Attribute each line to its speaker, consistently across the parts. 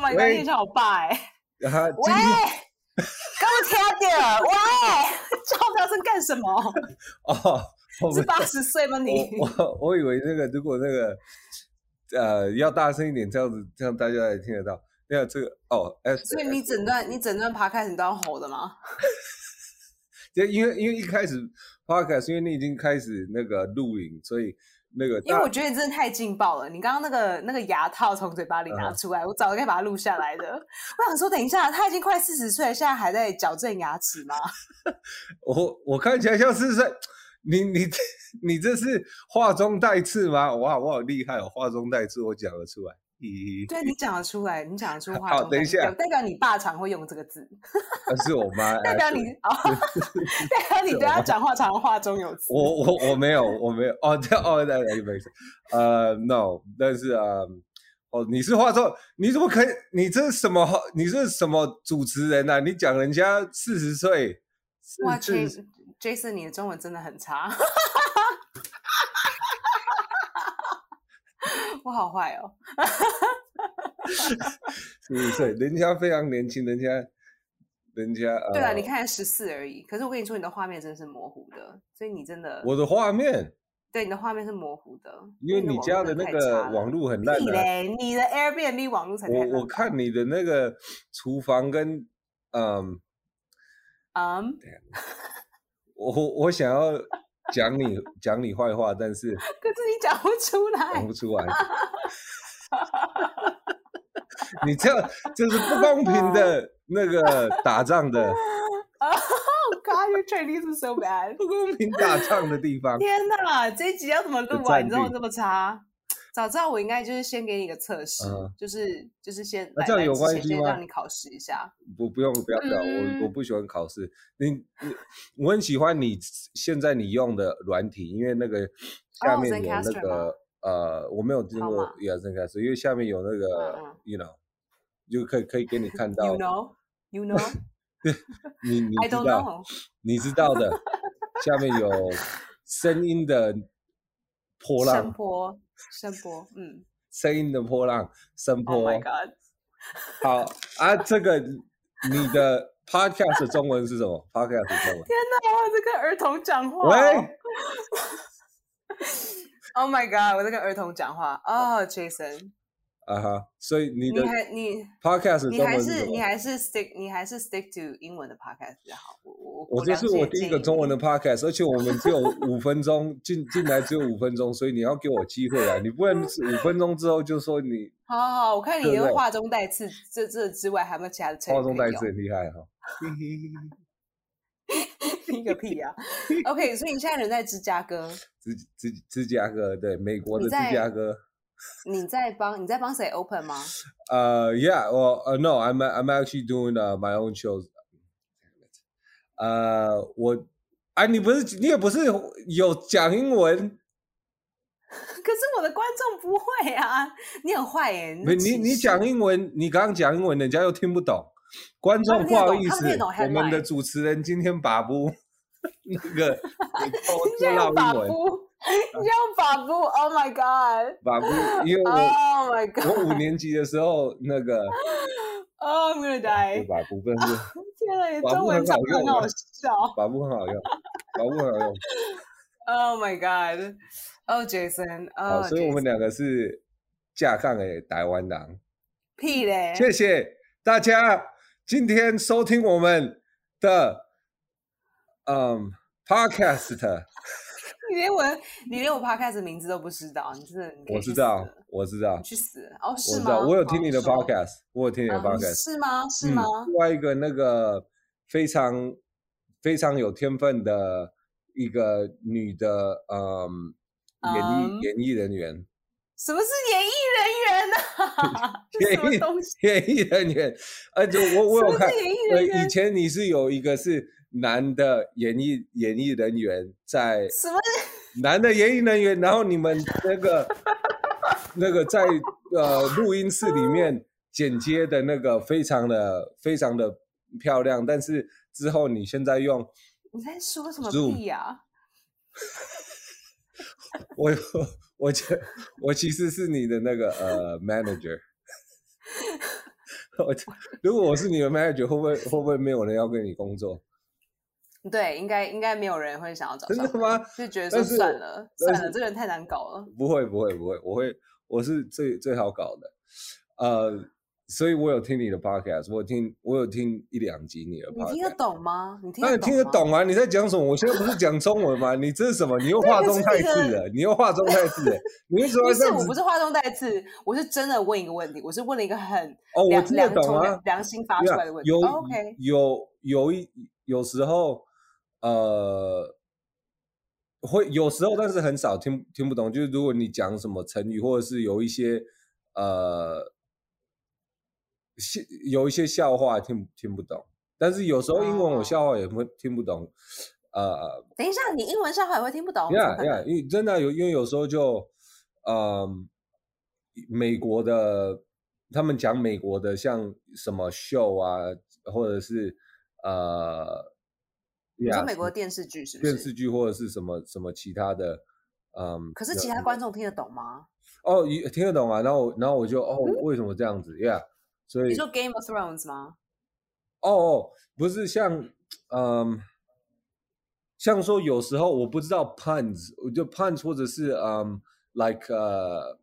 Speaker 1: 把你当天叫我爸哎、
Speaker 2: 啊，
Speaker 1: 喂，
Speaker 2: 今天
Speaker 1: 给我听点，喂，叫我大声干什么？
Speaker 2: 哦，我
Speaker 1: 是
Speaker 2: 们
Speaker 1: 八十岁吗你？
Speaker 2: 我我我以为那个如果那个呃要大声一点，这样子这样大家才听得到。那这个哦，S，
Speaker 1: 所以你整段你整段爬开始你都要吼的吗？
Speaker 2: 就因为因为一开始 podcast，因为你已经开始那个录影，所以那个
Speaker 1: 因为
Speaker 2: 大
Speaker 1: 我觉得你真的太劲爆了。你刚刚那个那个牙套从嘴巴里拿
Speaker 2: 嗯
Speaker 1: 出来，我早就该把它录下来的。我想说，等一下，他已经快四十岁了，现在还在矫正牙齿吗？
Speaker 2: 我我看起来像是在你你你这是化妆带刺吗？哇，我好厉害哦，化妆带刺我讲得出来。咦，
Speaker 1: 对你讲得出来，你讲得出话
Speaker 2: 好
Speaker 1: 中
Speaker 2: 等一
Speaker 1: 带刺
Speaker 2: 下
Speaker 1: 代表你爸常会用这个字，
Speaker 2: 那是我妈
Speaker 1: 代
Speaker 2: 哎
Speaker 1: 表
Speaker 2: 是
Speaker 1: 你哦， 代表你对他讲话常话中有词。
Speaker 2: 我我我没有，我没有哦，对哦，那那没事，呃，no，但是啊、呃哦，你是化妆，你怎么可以？你这是什么？你是什么主持人啊？你讲人家四十岁，是
Speaker 1: 哇
Speaker 2: 是
Speaker 1: ，J Jason，你的中文真的很差， 我好坏哦。
Speaker 2: 四十岁，人家非常年轻，人家人家
Speaker 1: 对啊，你
Speaker 2: 呃
Speaker 1: 看十四而已，可是我跟你说，你的画面真是模糊的，所以你真的，
Speaker 2: 我的画面，
Speaker 1: 对你的画面是模糊的，
Speaker 2: 因为
Speaker 1: 的
Speaker 2: 你
Speaker 1: 网
Speaker 2: 家
Speaker 1: 络
Speaker 2: 的
Speaker 1: 真
Speaker 2: 那
Speaker 1: 太
Speaker 2: 个
Speaker 1: 差了
Speaker 2: 网路很烂
Speaker 1: 屁
Speaker 2: 的啊、
Speaker 1: 嘞，你的 Airbnb 网络才太烂
Speaker 2: 我我
Speaker 1: 吧
Speaker 2: 看你的那个厨房跟嗯，
Speaker 1: 嗯，
Speaker 2: 我我我想要讲你讲你坏话，但是。
Speaker 1: 可是你讲不出来
Speaker 2: 讲，不出 来。你这样这是不公平 的那个打仗的
Speaker 1: 啊 Oh God, your Chinese is so bad！
Speaker 2: 不公平 打仗的地方。
Speaker 1: 天哪，这一集要怎么录啊？
Speaker 2: 战
Speaker 1: 你知道我
Speaker 2: 力
Speaker 1: 这么差，早知道我应该就是先给你一个测试
Speaker 2: 嗯，
Speaker 1: 就是就是先
Speaker 2: 那
Speaker 1: 来
Speaker 2: 这样
Speaker 1: 来
Speaker 2: 有
Speaker 1: 之
Speaker 2: 关
Speaker 1: 前
Speaker 2: 系
Speaker 1: 先
Speaker 2: 吗
Speaker 1: 让你考试一下。
Speaker 2: 不不用不要不要，我我
Speaker 1: 嗯
Speaker 2: 不喜欢考试。你你我很喜欢你现在你用的软体，因为那个下面有那
Speaker 1: 哦 Zencaster 吗
Speaker 2: 个呃，我没有听
Speaker 1: 好
Speaker 2: 过
Speaker 1: 嘛
Speaker 2: Yeah Zencaster，因为下面有那
Speaker 1: 嗯嗯
Speaker 2: 个 you know，就可以可以给你看到
Speaker 1: You know, you know,
Speaker 2: 你你
Speaker 1: I
Speaker 2: 知
Speaker 1: don't
Speaker 2: 道
Speaker 1: know。
Speaker 2: 你知道的，下面有声音的波
Speaker 1: 声
Speaker 2: 浪，
Speaker 1: 波，声波，嗯
Speaker 2: 声音的波浪，声
Speaker 1: ，Oh
Speaker 2: 波。
Speaker 1: my God，
Speaker 2: 好啊，这个你的 podcast 的中文是什么？podcast 的中文？
Speaker 1: 天哪，我这跟儿童讲话哦、
Speaker 2: 喂，
Speaker 1: ，Oh my God，我在跟儿童讲话哦、j a s o n
Speaker 2: 啊哈，所以你
Speaker 1: 你
Speaker 2: 的
Speaker 1: 还你
Speaker 2: podcast 的
Speaker 1: 你
Speaker 2: 中
Speaker 1: 还
Speaker 2: 文是
Speaker 1: 是
Speaker 2: 什
Speaker 1: 你
Speaker 2: 么？
Speaker 1: 还是 stick 你还是 stick to 英文的 podcast 比较好，我我
Speaker 2: 我这
Speaker 1: 良
Speaker 2: 是
Speaker 1: 心
Speaker 2: 我
Speaker 1: 地
Speaker 2: 第一
Speaker 1: 建
Speaker 2: 个
Speaker 1: 议
Speaker 2: 中文
Speaker 1: 你
Speaker 2: 的 podcast，而且我们只有五分钟，进进来只有五分钟，所以你要给我机会啊！你不能是五分钟之后就说 你
Speaker 1: 好好好，我看你
Speaker 2: 对不
Speaker 1: 有
Speaker 2: 对
Speaker 1: 话中带刺，这这之外还有没有其他的成语
Speaker 2: 化中
Speaker 1: 可以
Speaker 2: 带
Speaker 1: 用
Speaker 2: 刺很厉害 哈、
Speaker 1: 一个屁呀、啊、！OK，所以你现在人在芝加哥，
Speaker 2: 芝芝芝加哥，对，美国的
Speaker 1: 你
Speaker 2: 芝
Speaker 1: 在
Speaker 2: 加哥。
Speaker 1: 你在帮你在帮谁 open 吗？
Speaker 2: Uh, yeah. Well, uh, no, I'm I'm actually doing uh, my own shows. 呃，我，哎，你不是你也不是有讲英文，
Speaker 1: 可是我的观众不会啊，你很坏耶、
Speaker 2: 没你
Speaker 1: 是歧
Speaker 2: 你
Speaker 1: 视
Speaker 2: 讲英文，你刚刚讲英文，人家又听不懂。观
Speaker 1: 他
Speaker 2: 众
Speaker 1: 们
Speaker 2: 不
Speaker 1: 听得
Speaker 2: 好
Speaker 1: 懂
Speaker 2: 意
Speaker 1: 他们
Speaker 2: 思
Speaker 1: 听得懂，
Speaker 2: 我们的
Speaker 1: headline
Speaker 2: 主持人今天把不那个 都
Speaker 1: 你
Speaker 2: 知
Speaker 1: 现在
Speaker 2: 道
Speaker 1: 用法
Speaker 2: 英文，
Speaker 1: 布，你现在 用法布，Oh my God，Oh
Speaker 2: 把不，因为
Speaker 1: 啊
Speaker 2: 我
Speaker 1: my
Speaker 2: 我五
Speaker 1: God，Oh
Speaker 2: 年级的时候那个
Speaker 1: ，Oh, I'm gonna
Speaker 2: 会
Speaker 1: die，
Speaker 2: 把不，但是
Speaker 1: 天啊，你
Speaker 2: 法布
Speaker 1: 中文
Speaker 2: 很
Speaker 1: 真
Speaker 2: 好
Speaker 1: 的很
Speaker 2: 用啊
Speaker 1: 好笑
Speaker 2: 把不很好用，把不很好用。
Speaker 1: ，Oh my God，Oh
Speaker 2: 好，
Speaker 1: Jason，Oh
Speaker 2: 所以我们
Speaker 1: Jason，
Speaker 2: 两个是架杠诶，台湾狼。
Speaker 1: 屁嘞，
Speaker 2: 谢谢大家今天收听我们的嗯 podcast，
Speaker 1: 你连我你连我 podcast 的名字都不知道，你真的，你可以
Speaker 2: 我
Speaker 1: 去
Speaker 2: 知道
Speaker 1: 死了，
Speaker 2: 我知道
Speaker 1: 你，去死哦，
Speaker 2: 我
Speaker 1: 是
Speaker 2: 知
Speaker 1: 吗？
Speaker 2: 道，我有听
Speaker 1: 好
Speaker 2: 你的
Speaker 1: 说
Speaker 2: podcast，我有听你的
Speaker 1: 嗯
Speaker 2: podcast，
Speaker 1: 是吗？是
Speaker 2: 嗯
Speaker 1: 吗？
Speaker 2: 另外一个那个非常非常有天分的一个女的，嗯，演
Speaker 1: 嗯
Speaker 2: 艺演艺人员，
Speaker 1: 什么是演艺人员呢、 这什么东西？
Speaker 2: 演艺人员，而且我我
Speaker 1: 什
Speaker 2: 有
Speaker 1: 么
Speaker 2: 看
Speaker 1: 是，演艺
Speaker 2: 呃，
Speaker 1: 人员
Speaker 2: 以？前你是有一个是男的演艺演艺人员在
Speaker 1: 什么是？
Speaker 2: 男的演艺人员，然后你们那个那个在呃录音室里面剪接的那个非常的非常的漂亮，但是之后你现在用
Speaker 1: 你在说什么
Speaker 2: Zoom
Speaker 1: 屁呀、
Speaker 2: 我我觉我其实是你的那个呃 manager， 我如果我是你的 manager，会不会会不会没有人要跟你工作？
Speaker 1: 对，应该应该没有人会想要找
Speaker 2: 真
Speaker 1: 上
Speaker 2: 的
Speaker 1: 门。
Speaker 2: 吗
Speaker 1: 就觉得
Speaker 2: 但
Speaker 1: 说
Speaker 2: 是
Speaker 1: 算
Speaker 2: 我
Speaker 1: 了，
Speaker 2: 但
Speaker 1: 算了，
Speaker 2: 是
Speaker 1: 这个人太难搞了。
Speaker 2: 不会不会不会，我会我是最最好搞的，呃，所以我有听你的 podcast，我有听我有听一两集你的
Speaker 1: 你听得
Speaker 2: podcast，
Speaker 1: 懂吗？你听
Speaker 2: 当然听得
Speaker 1: 吗？
Speaker 2: 懂啊！你在讲什么？我现在不是讲中文吗？你这是什么？ 你又画
Speaker 1: 可
Speaker 2: 中
Speaker 1: 是
Speaker 2: 带
Speaker 1: 你
Speaker 2: 字
Speaker 1: 的
Speaker 2: 了，你又画中带字了，你为什么
Speaker 1: 不
Speaker 2: 要这
Speaker 1: 是，
Speaker 2: 样
Speaker 1: 我
Speaker 2: 子
Speaker 1: 不？是话中带刺，我是真的问一个问题，我是问了一个很
Speaker 2: 哦，我
Speaker 1: 良
Speaker 2: 听得
Speaker 1: 良
Speaker 2: 懂
Speaker 1: 从
Speaker 2: 啊
Speaker 1: 良。良心发出
Speaker 2: Yeah，
Speaker 1: 来的问题。哦
Speaker 2: 有
Speaker 1: OK，
Speaker 2: 有有一有时候，呃，会有时候，但是很少听听不懂。就是如果你讲什么成语，或者是有一些呃，笑有一些笑话听听不懂。但是有时候英文我
Speaker 1: 哦
Speaker 2: 笑话也会听不懂，呃，
Speaker 1: 等一下，你英文上还会听不懂？怎么
Speaker 2: 呀
Speaker 1: 可
Speaker 2: 呀，
Speaker 1: 能
Speaker 2: 因为真的有，因为有时候就，嗯，美国的他们讲美国的像什么秀啊，或者是呃，
Speaker 1: 你说
Speaker 2: 呀
Speaker 1: 美国的电视剧是不
Speaker 2: 嗯电视
Speaker 1: 是？
Speaker 2: 剧或者是什么什么其他的，嗯，
Speaker 1: 可是其他观众听得懂吗？
Speaker 2: 哦也听得懂啊，然后然后我就哦
Speaker 1: 嗯
Speaker 2: 为什么这样子呀？所
Speaker 1: 你
Speaker 2: 以
Speaker 1: 说 Game of Thrones 吗？
Speaker 2: 哦哦不是像嗯。像说有时候我不知道 puns，我就 puns 或者是嗯、like 呃、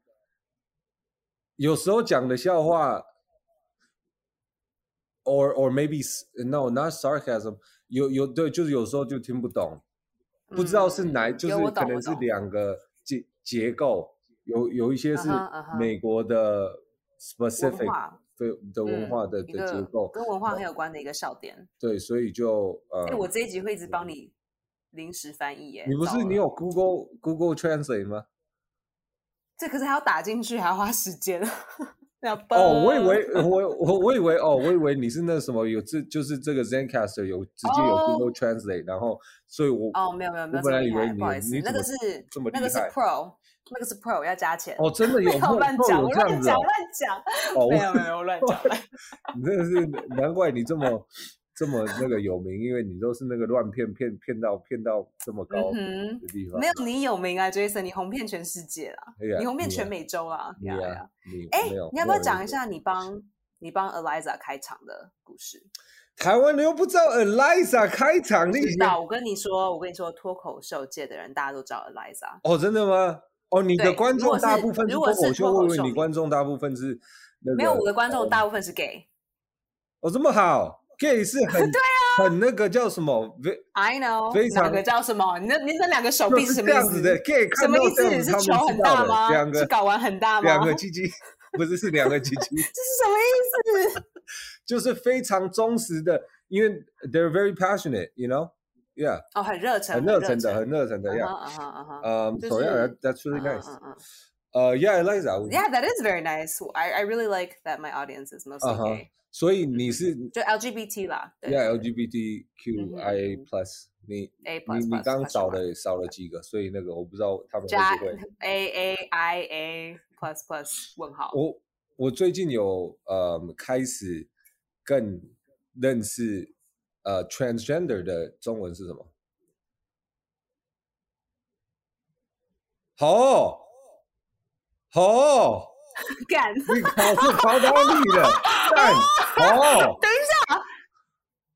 Speaker 2: 有时候讲的笑话，or or maybe s- no not sarcasm，有有对，就是有时候就听不懂，不知道是哪，
Speaker 1: 嗯
Speaker 2: 就
Speaker 1: 有
Speaker 2: 是
Speaker 1: 我
Speaker 2: 可
Speaker 1: 懂
Speaker 2: 能
Speaker 1: 我
Speaker 2: 是
Speaker 1: 懂
Speaker 2: 两个结结构，有有一些是
Speaker 1: 嗯哼嗯哼
Speaker 2: 美国的 specific
Speaker 1: 文化
Speaker 2: 对的文
Speaker 1: 嗯
Speaker 2: 化的、
Speaker 1: 一
Speaker 2: 的结
Speaker 1: 个
Speaker 2: 构，
Speaker 1: 跟文化很有关的一个笑点。
Speaker 2: 对，所以就呃。
Speaker 1: 哎，我这一集会一直帮你临时翻译耶。
Speaker 2: 你不
Speaker 1: 糟
Speaker 2: 是你
Speaker 1: 了
Speaker 2: 有 Google Google Translate 吗？
Speaker 1: 这可是还要打进去，还要花时间。要
Speaker 2: 哦，我以
Speaker 1: 蹦
Speaker 2: 为我 我我以为哦，我以为你是那什么有这就是这个 ZenCaster 有直接有
Speaker 1: 哦
Speaker 2: Google Translate，、然后所以我
Speaker 1: 哦，没有没有没有
Speaker 2: 我本
Speaker 1: 这么
Speaker 2: 来以
Speaker 1: 厉
Speaker 2: 为
Speaker 1: 害，
Speaker 2: 你
Speaker 1: 不好意思
Speaker 2: 你，
Speaker 1: 那
Speaker 2: 怎么
Speaker 1: 个是
Speaker 2: 这么厉
Speaker 1: 那个是
Speaker 2: 害
Speaker 1: Pro，那个是 Pro 要加钱。
Speaker 2: 哦真的有
Speaker 1: 没有
Speaker 2: 碰
Speaker 1: 乱
Speaker 2: 碰
Speaker 1: 讲，
Speaker 2: 有
Speaker 1: 我
Speaker 2: 这样
Speaker 1: 乱
Speaker 2: 子
Speaker 1: 讲
Speaker 2: 哦，
Speaker 1: 乱讲，
Speaker 2: 哦
Speaker 1: 没有没有我乱讲。乱
Speaker 2: 我你真的是难怪你这么这么那个有名，因为你都是那个乱骗骗骗到骗到这么高的
Speaker 1: 嗯
Speaker 2: 地
Speaker 1: 哼，
Speaker 2: 方，
Speaker 1: 没有你有名啊，Jason，你红遍全世界啦，
Speaker 2: 哎呀
Speaker 1: 你红
Speaker 2: 啊
Speaker 1: 遍全美洲啦。
Speaker 2: 你
Speaker 1: 呀
Speaker 2: 啊
Speaker 1: 呀
Speaker 2: 你
Speaker 1: 哎
Speaker 2: 没有，
Speaker 1: 你要不
Speaker 2: 没
Speaker 1: 要
Speaker 2: 有
Speaker 1: 讲
Speaker 2: 人
Speaker 1: 一下你帮你帮 Eliza 开场的故事？
Speaker 2: 台湾人又不知道 Eliza 开场那
Speaker 1: 知
Speaker 2: 些
Speaker 1: 道，我跟你说，我跟你说，脱口秀界的人大家都知道 Eliza。
Speaker 2: 哦，真的吗？哦，你的
Speaker 1: 对
Speaker 2: 观
Speaker 1: 如
Speaker 2: 众
Speaker 1: 果
Speaker 2: 大
Speaker 1: 是
Speaker 2: 部分是
Speaker 1: 如果
Speaker 2: 脱口
Speaker 1: 是
Speaker 2: 秀，
Speaker 1: 脱
Speaker 2: 我
Speaker 1: 口
Speaker 2: 以为
Speaker 1: 秀
Speaker 2: 你
Speaker 1: 迷
Speaker 2: 观众大部分是那个
Speaker 1: 没有，我的观众
Speaker 2: 呃
Speaker 1: 大部分是 gay。
Speaker 2: 哦这么好，gay 是很对啊，很那个叫什么？非
Speaker 1: I know，
Speaker 2: 非
Speaker 1: 哪
Speaker 2: 常
Speaker 1: 个叫什么？你那你那两个手
Speaker 2: 就
Speaker 1: 臂
Speaker 2: 是
Speaker 1: 什么
Speaker 2: 这
Speaker 1: 意
Speaker 2: 样子
Speaker 1: 思？
Speaker 2: 的 gay，
Speaker 1: 什
Speaker 2: 看
Speaker 1: 么
Speaker 2: 到
Speaker 1: 意
Speaker 2: 这样
Speaker 1: 思？
Speaker 2: 子
Speaker 1: 是
Speaker 2: 他
Speaker 1: 球
Speaker 2: 们知
Speaker 1: 很
Speaker 2: 道
Speaker 1: 大
Speaker 2: 的
Speaker 1: 吗
Speaker 2: 两？
Speaker 1: 是
Speaker 2: 个
Speaker 1: 睾丸很大吗？
Speaker 2: 两个鸡鸡，不是是两个鸡鸡，
Speaker 1: 这是什么意思？
Speaker 2: 就是非常忠实的，因为 they're very passionate，you know，yeah，
Speaker 1: 哦，很热忱，
Speaker 2: 很热忱的，很热忱的
Speaker 1: 啊
Speaker 2: ，yeah，
Speaker 1: 哈啊哈啊哈。
Speaker 2: 嗯，
Speaker 1: 就
Speaker 2: 所以
Speaker 1: 是
Speaker 2: that's really
Speaker 1: 嗯
Speaker 2: nice，
Speaker 1: 嗯嗯
Speaker 2: 呃，yeah，Eliza，
Speaker 1: Yeah, that is very nice. I I really like that my audience is
Speaker 2: 啊
Speaker 1: mostly
Speaker 2: 哈
Speaker 1: gay，
Speaker 2: 所以你是
Speaker 1: 就 LGBT 啦，对
Speaker 2: Yeah, LGBTQIA
Speaker 1: 嗯哼
Speaker 2: plus，你
Speaker 1: A
Speaker 2: 你
Speaker 1: plus
Speaker 2: 你
Speaker 1: plus
Speaker 2: 刚
Speaker 1: plus
Speaker 2: 少了少了几个，所以那个我不知道他们
Speaker 1: 加
Speaker 2: 会 不会。
Speaker 1: A A I A plus plus 问号。
Speaker 2: 我我最近有呃开始更认识呃 transgender 的中文是什么？好哦好哦，
Speaker 1: 干，
Speaker 2: 你考试考到你 了，干好哦
Speaker 1: 等一下，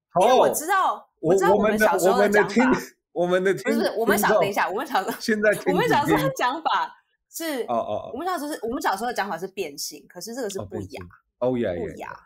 Speaker 2: 好
Speaker 1: 因为我
Speaker 2: 哦，
Speaker 1: 知道，
Speaker 2: 我
Speaker 1: 知道
Speaker 2: 们
Speaker 1: 们小时
Speaker 2: 的我
Speaker 1: 候
Speaker 2: 们的
Speaker 1: 讲
Speaker 2: 听
Speaker 1: 法，
Speaker 2: 我们的听
Speaker 1: 不是我们
Speaker 2: 听
Speaker 1: 小
Speaker 2: 众
Speaker 1: 等一下，我们小时候
Speaker 2: 现在听
Speaker 1: 我们
Speaker 2: 只
Speaker 1: 小时
Speaker 2: 听
Speaker 1: 候讲法是
Speaker 2: 哦，哦
Speaker 1: 我们小时候是我们小时候的讲法是变性，可是这个是
Speaker 2: 哦，
Speaker 1: 不
Speaker 2: 变
Speaker 1: 雅
Speaker 2: 性，哦呀
Speaker 1: 不
Speaker 2: 呀，
Speaker 1: 雅，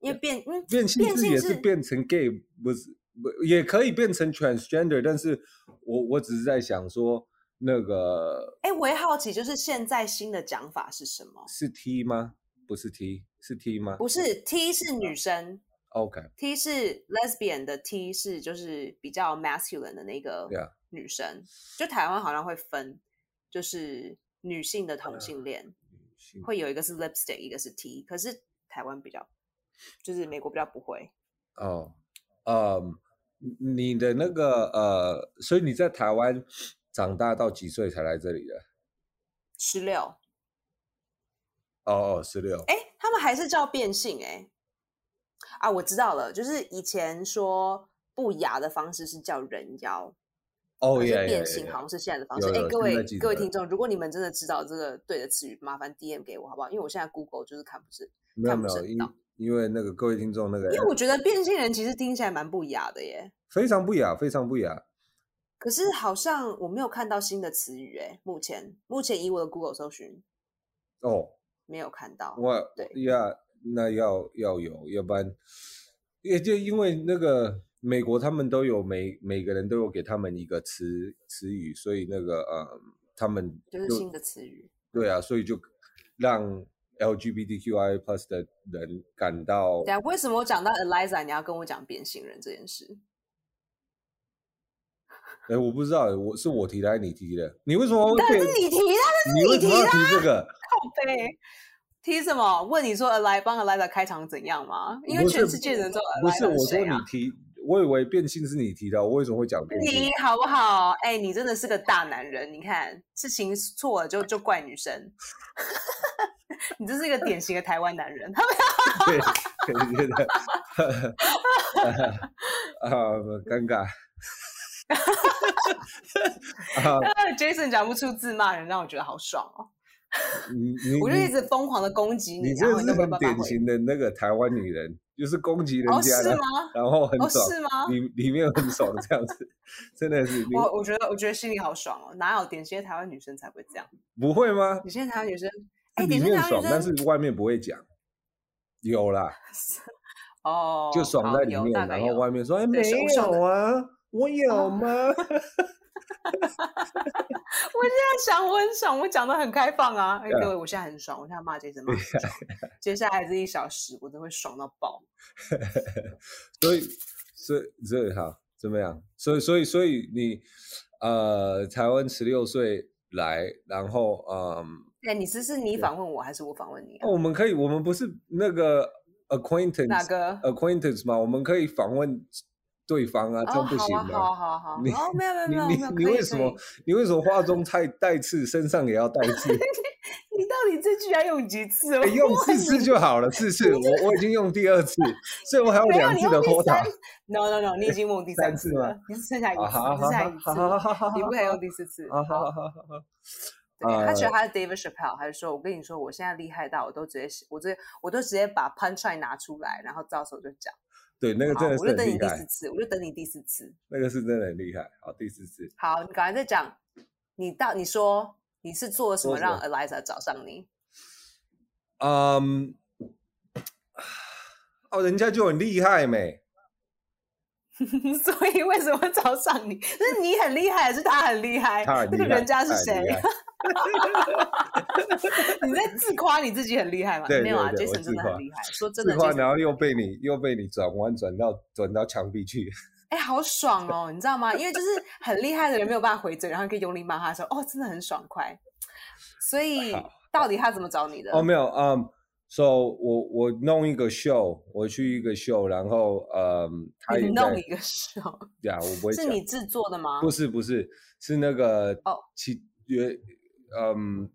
Speaker 1: 因为变嗯
Speaker 2: 变性
Speaker 1: 变
Speaker 2: 自己
Speaker 1: 性
Speaker 2: 也是
Speaker 1: 是
Speaker 2: 变成 gay，不是不也可以变成 transgender，但是我我只是在想说，那个
Speaker 1: 哎，我也好奇，就是现在新的讲法是什么？
Speaker 2: 是 T 吗？不是 T，是 T 吗
Speaker 1: 不是 T 是女生
Speaker 2: ？OK，
Speaker 1: ，T 是 lesbian 的 T 是就是比较 masculine 的那个
Speaker 2: Yeah
Speaker 1: 女生，就台湾好像会分，就是女性的同性恋
Speaker 2: 性
Speaker 1: 会有一个是 lipstick，一个是 T，可是台湾比较，就是美国比较不会。
Speaker 2: 哦，嗯，你的那个呃，所以你在台湾长大到几岁才来这里的？
Speaker 1: 十六，
Speaker 2: 哦哦，十六，
Speaker 1: 哎，他们还是叫变性哎、啊，我知道了，就是以前说不雅的方式是叫人妖，
Speaker 2: 哦
Speaker 1: 可是
Speaker 2: 耶，
Speaker 1: 变性好
Speaker 2: 好，
Speaker 1: 像是现在的方式。
Speaker 2: 有
Speaker 1: 哎
Speaker 2: 有，
Speaker 1: 各
Speaker 2: 现在
Speaker 1: 位
Speaker 2: 记
Speaker 1: 各位
Speaker 2: 得
Speaker 1: 听众，如果你们真的知道这个对的词语，麻烦 DM 给我好不好？因为我现在 Google 就是看不是
Speaker 2: 没有
Speaker 1: 看
Speaker 2: 没
Speaker 1: 不
Speaker 2: 有，
Speaker 1: 是
Speaker 2: 因
Speaker 1: 到
Speaker 2: 因为那个各位听众那个
Speaker 1: 因为我觉得变性人其实听起来蛮不雅的耶，
Speaker 2: 非常不雅，非常不雅。
Speaker 1: 可是好像我没有看到新的词语哎，目前目前以我的 Google 搜寻
Speaker 2: 哦，
Speaker 1: 没有看到。
Speaker 2: 我
Speaker 1: 对
Speaker 2: 呀，那要要有，要不然也就因为那个美国他们都有每每个人都有给他们一个词词语，所以那个呃，他们
Speaker 1: 就是新的词语，
Speaker 2: 对啊，所以就让 LGBTQI plus 的人感到
Speaker 1: 对啊，为什么我讲到 Eliza，你要跟我讲变性人这件事？
Speaker 2: 哎，我不知道，我是我提的还是你提的？你为什么会
Speaker 1: 但
Speaker 2: 被
Speaker 1: 是你提的，啊
Speaker 2: 你为什么要
Speaker 1: 你
Speaker 2: 提这个？
Speaker 1: 靠背。提什么？问你说 Eli 帮 Eliza 开场怎样吗？因为
Speaker 2: 不是
Speaker 1: 全世界人知道
Speaker 2: 不是
Speaker 1: Eliza
Speaker 2: 我说
Speaker 1: 谁啊
Speaker 2: 你？提，我以为变性是你提的，我为什么会讲变性
Speaker 1: 你？好不好？哎、你真的是个大男人。你看，事情错了就就怪女生， 你这是一个典型的台湾 男人。
Speaker 2: 对，我觉得啊，尴尬。啊，
Speaker 1: Jason 讲不出字骂人，让我觉得好爽哦！
Speaker 2: 你
Speaker 1: 我就
Speaker 2: 你
Speaker 1: 一直疯狂的攻击
Speaker 2: 你
Speaker 1: 你，
Speaker 2: 你
Speaker 1: 然
Speaker 2: 这
Speaker 1: 后
Speaker 2: 是
Speaker 1: 你都没
Speaker 2: 很
Speaker 1: 有办法
Speaker 2: 典
Speaker 1: 回。
Speaker 2: 型的那个台湾女人，就是攻击人
Speaker 1: 哦，
Speaker 2: 家
Speaker 1: 是
Speaker 2: 的，
Speaker 1: 吗？
Speaker 2: 然后很
Speaker 1: 哦，
Speaker 2: 爽，
Speaker 1: 是吗？
Speaker 2: 里里面很爽这样子，真的是你
Speaker 1: 我我觉得，我觉得心里好爽哦！哪有典型的台湾女生才会这样？
Speaker 2: 不会吗？
Speaker 1: 典型的台湾女生，哎，
Speaker 2: 是里
Speaker 1: 典型的
Speaker 2: 面
Speaker 1: 台
Speaker 2: 爽，
Speaker 1: 湾女
Speaker 2: 但
Speaker 1: 生
Speaker 2: 是外面不会讲。有啦，
Speaker 1: 哦，
Speaker 2: 就爽
Speaker 1: 好
Speaker 2: 在里
Speaker 1: 有
Speaker 2: 面，
Speaker 1: 大概
Speaker 2: 然后
Speaker 1: 有
Speaker 2: 外面说：“哎，没
Speaker 1: 对爽爽
Speaker 2: 有啊，我有
Speaker 1: 哦
Speaker 2: 吗
Speaker 1: 我现在想我很爽，我讲的很开 放啊！哎，
Speaker 2: 对啊
Speaker 1: 各位，我现在很爽，我现在骂杰森骂得 很爽。接下来这一小时，我都会爽到爆。？”
Speaker 2: 所以，所以，所以好，怎么样？所以，所以，所以你，呃，台湾十六岁来，然后，嗯，
Speaker 1: 哎，你是是你访问我，还是我访问你啊
Speaker 2: 哦？我们可以，我们不是那个
Speaker 1: 哪
Speaker 2: acquaintance
Speaker 1: 个？哦
Speaker 2: acquaintance 吗？我们可以访问对方啊，这
Speaker 1: 哦，
Speaker 2: 样不
Speaker 1: 好
Speaker 2: 行
Speaker 1: 啊，好
Speaker 2: 吗？
Speaker 1: 啊，好啊，好啊。
Speaker 2: 你
Speaker 1: 哦，没有没 有
Speaker 2: 你
Speaker 1: 没有没有，
Speaker 2: 你你
Speaker 1: 可以
Speaker 2: 为什
Speaker 1: 可
Speaker 2: 么
Speaker 1: 以
Speaker 2: 你为什么话中太带刺，身上也要带刺？
Speaker 1: 你到底这句要用几次？
Speaker 2: 哎用
Speaker 1: 我
Speaker 2: 四次就好了，四次。我我已经用第二次，所以我还有
Speaker 1: 没有
Speaker 2: 两
Speaker 1: 你
Speaker 2: 次的
Speaker 1: 用第
Speaker 2: quota
Speaker 1: 三。No no no，你已经用第
Speaker 2: 三
Speaker 1: 三
Speaker 2: 次
Speaker 1: 次了
Speaker 2: 吗，
Speaker 1: 你只剩下一
Speaker 2: 啊
Speaker 1: 次，
Speaker 2: 哈
Speaker 1: 只剩下一
Speaker 2: 哈哈
Speaker 1: 次，
Speaker 2: 哈哈！
Speaker 1: 你不可以用第四次。
Speaker 2: 啊哈哈哈哈！
Speaker 1: 对，他觉
Speaker 2: 呃
Speaker 1: 得他是 David Chappelle，他就说：“我跟你说，我现在厉害到我都直接写，我直接我都直接把 punchline 拿出来，然后到时候就讲。
Speaker 2: 对，那个
Speaker 1: 好，
Speaker 2: 真的
Speaker 1: 我
Speaker 2: 是
Speaker 1: 就等
Speaker 2: 很厉
Speaker 1: 你第四
Speaker 2: 害，
Speaker 1: 次，我就等你第四次。
Speaker 2: 那个是真的很厉害。好，第四次，
Speaker 1: 好，你赶快再讲，你到你说你是做了什么
Speaker 2: 做什
Speaker 1: 让
Speaker 2: 么
Speaker 1: Eliza 找上你？
Speaker 2: 嗯，哦，人家就很厉害没？
Speaker 1: 所以为什么找上你？ 是你很厉害，还是他很厉害？
Speaker 2: 他很
Speaker 1: 那个
Speaker 2: 厉害
Speaker 1: 人家是
Speaker 2: 他很
Speaker 1: 谁
Speaker 2: 厉？害
Speaker 1: 你在自夸你自己很厉害吗？
Speaker 2: 对
Speaker 1: 没有啊
Speaker 2: 对对我
Speaker 1: ，Jason 真
Speaker 2: 自
Speaker 1: 的
Speaker 2: 夸
Speaker 1: 很厉害。说真的
Speaker 2: 自夸，
Speaker 1: ，Jason
Speaker 2: 然后又被你又被你转弯转到转到墙壁去。
Speaker 1: 哎、好爽哦，你知道吗？因为就是很厉害的人没有办法回嘴，然后可以用力骂他的时候，哦，真的很爽快。所以
Speaker 2: 好
Speaker 1: 到底他怎么找你的？
Speaker 2: 哦，没有，嗯，so 我我弄一个秀，我去一个秀，然后嗯，他
Speaker 1: 你
Speaker 2: 也
Speaker 1: 弄一
Speaker 2: 在
Speaker 1: 个手，
Speaker 2: 呀，我不会
Speaker 1: 是
Speaker 2: 讲
Speaker 1: 你制作的吗？
Speaker 2: 不是不是，是那个
Speaker 1: 哦，
Speaker 2: 其约嗯，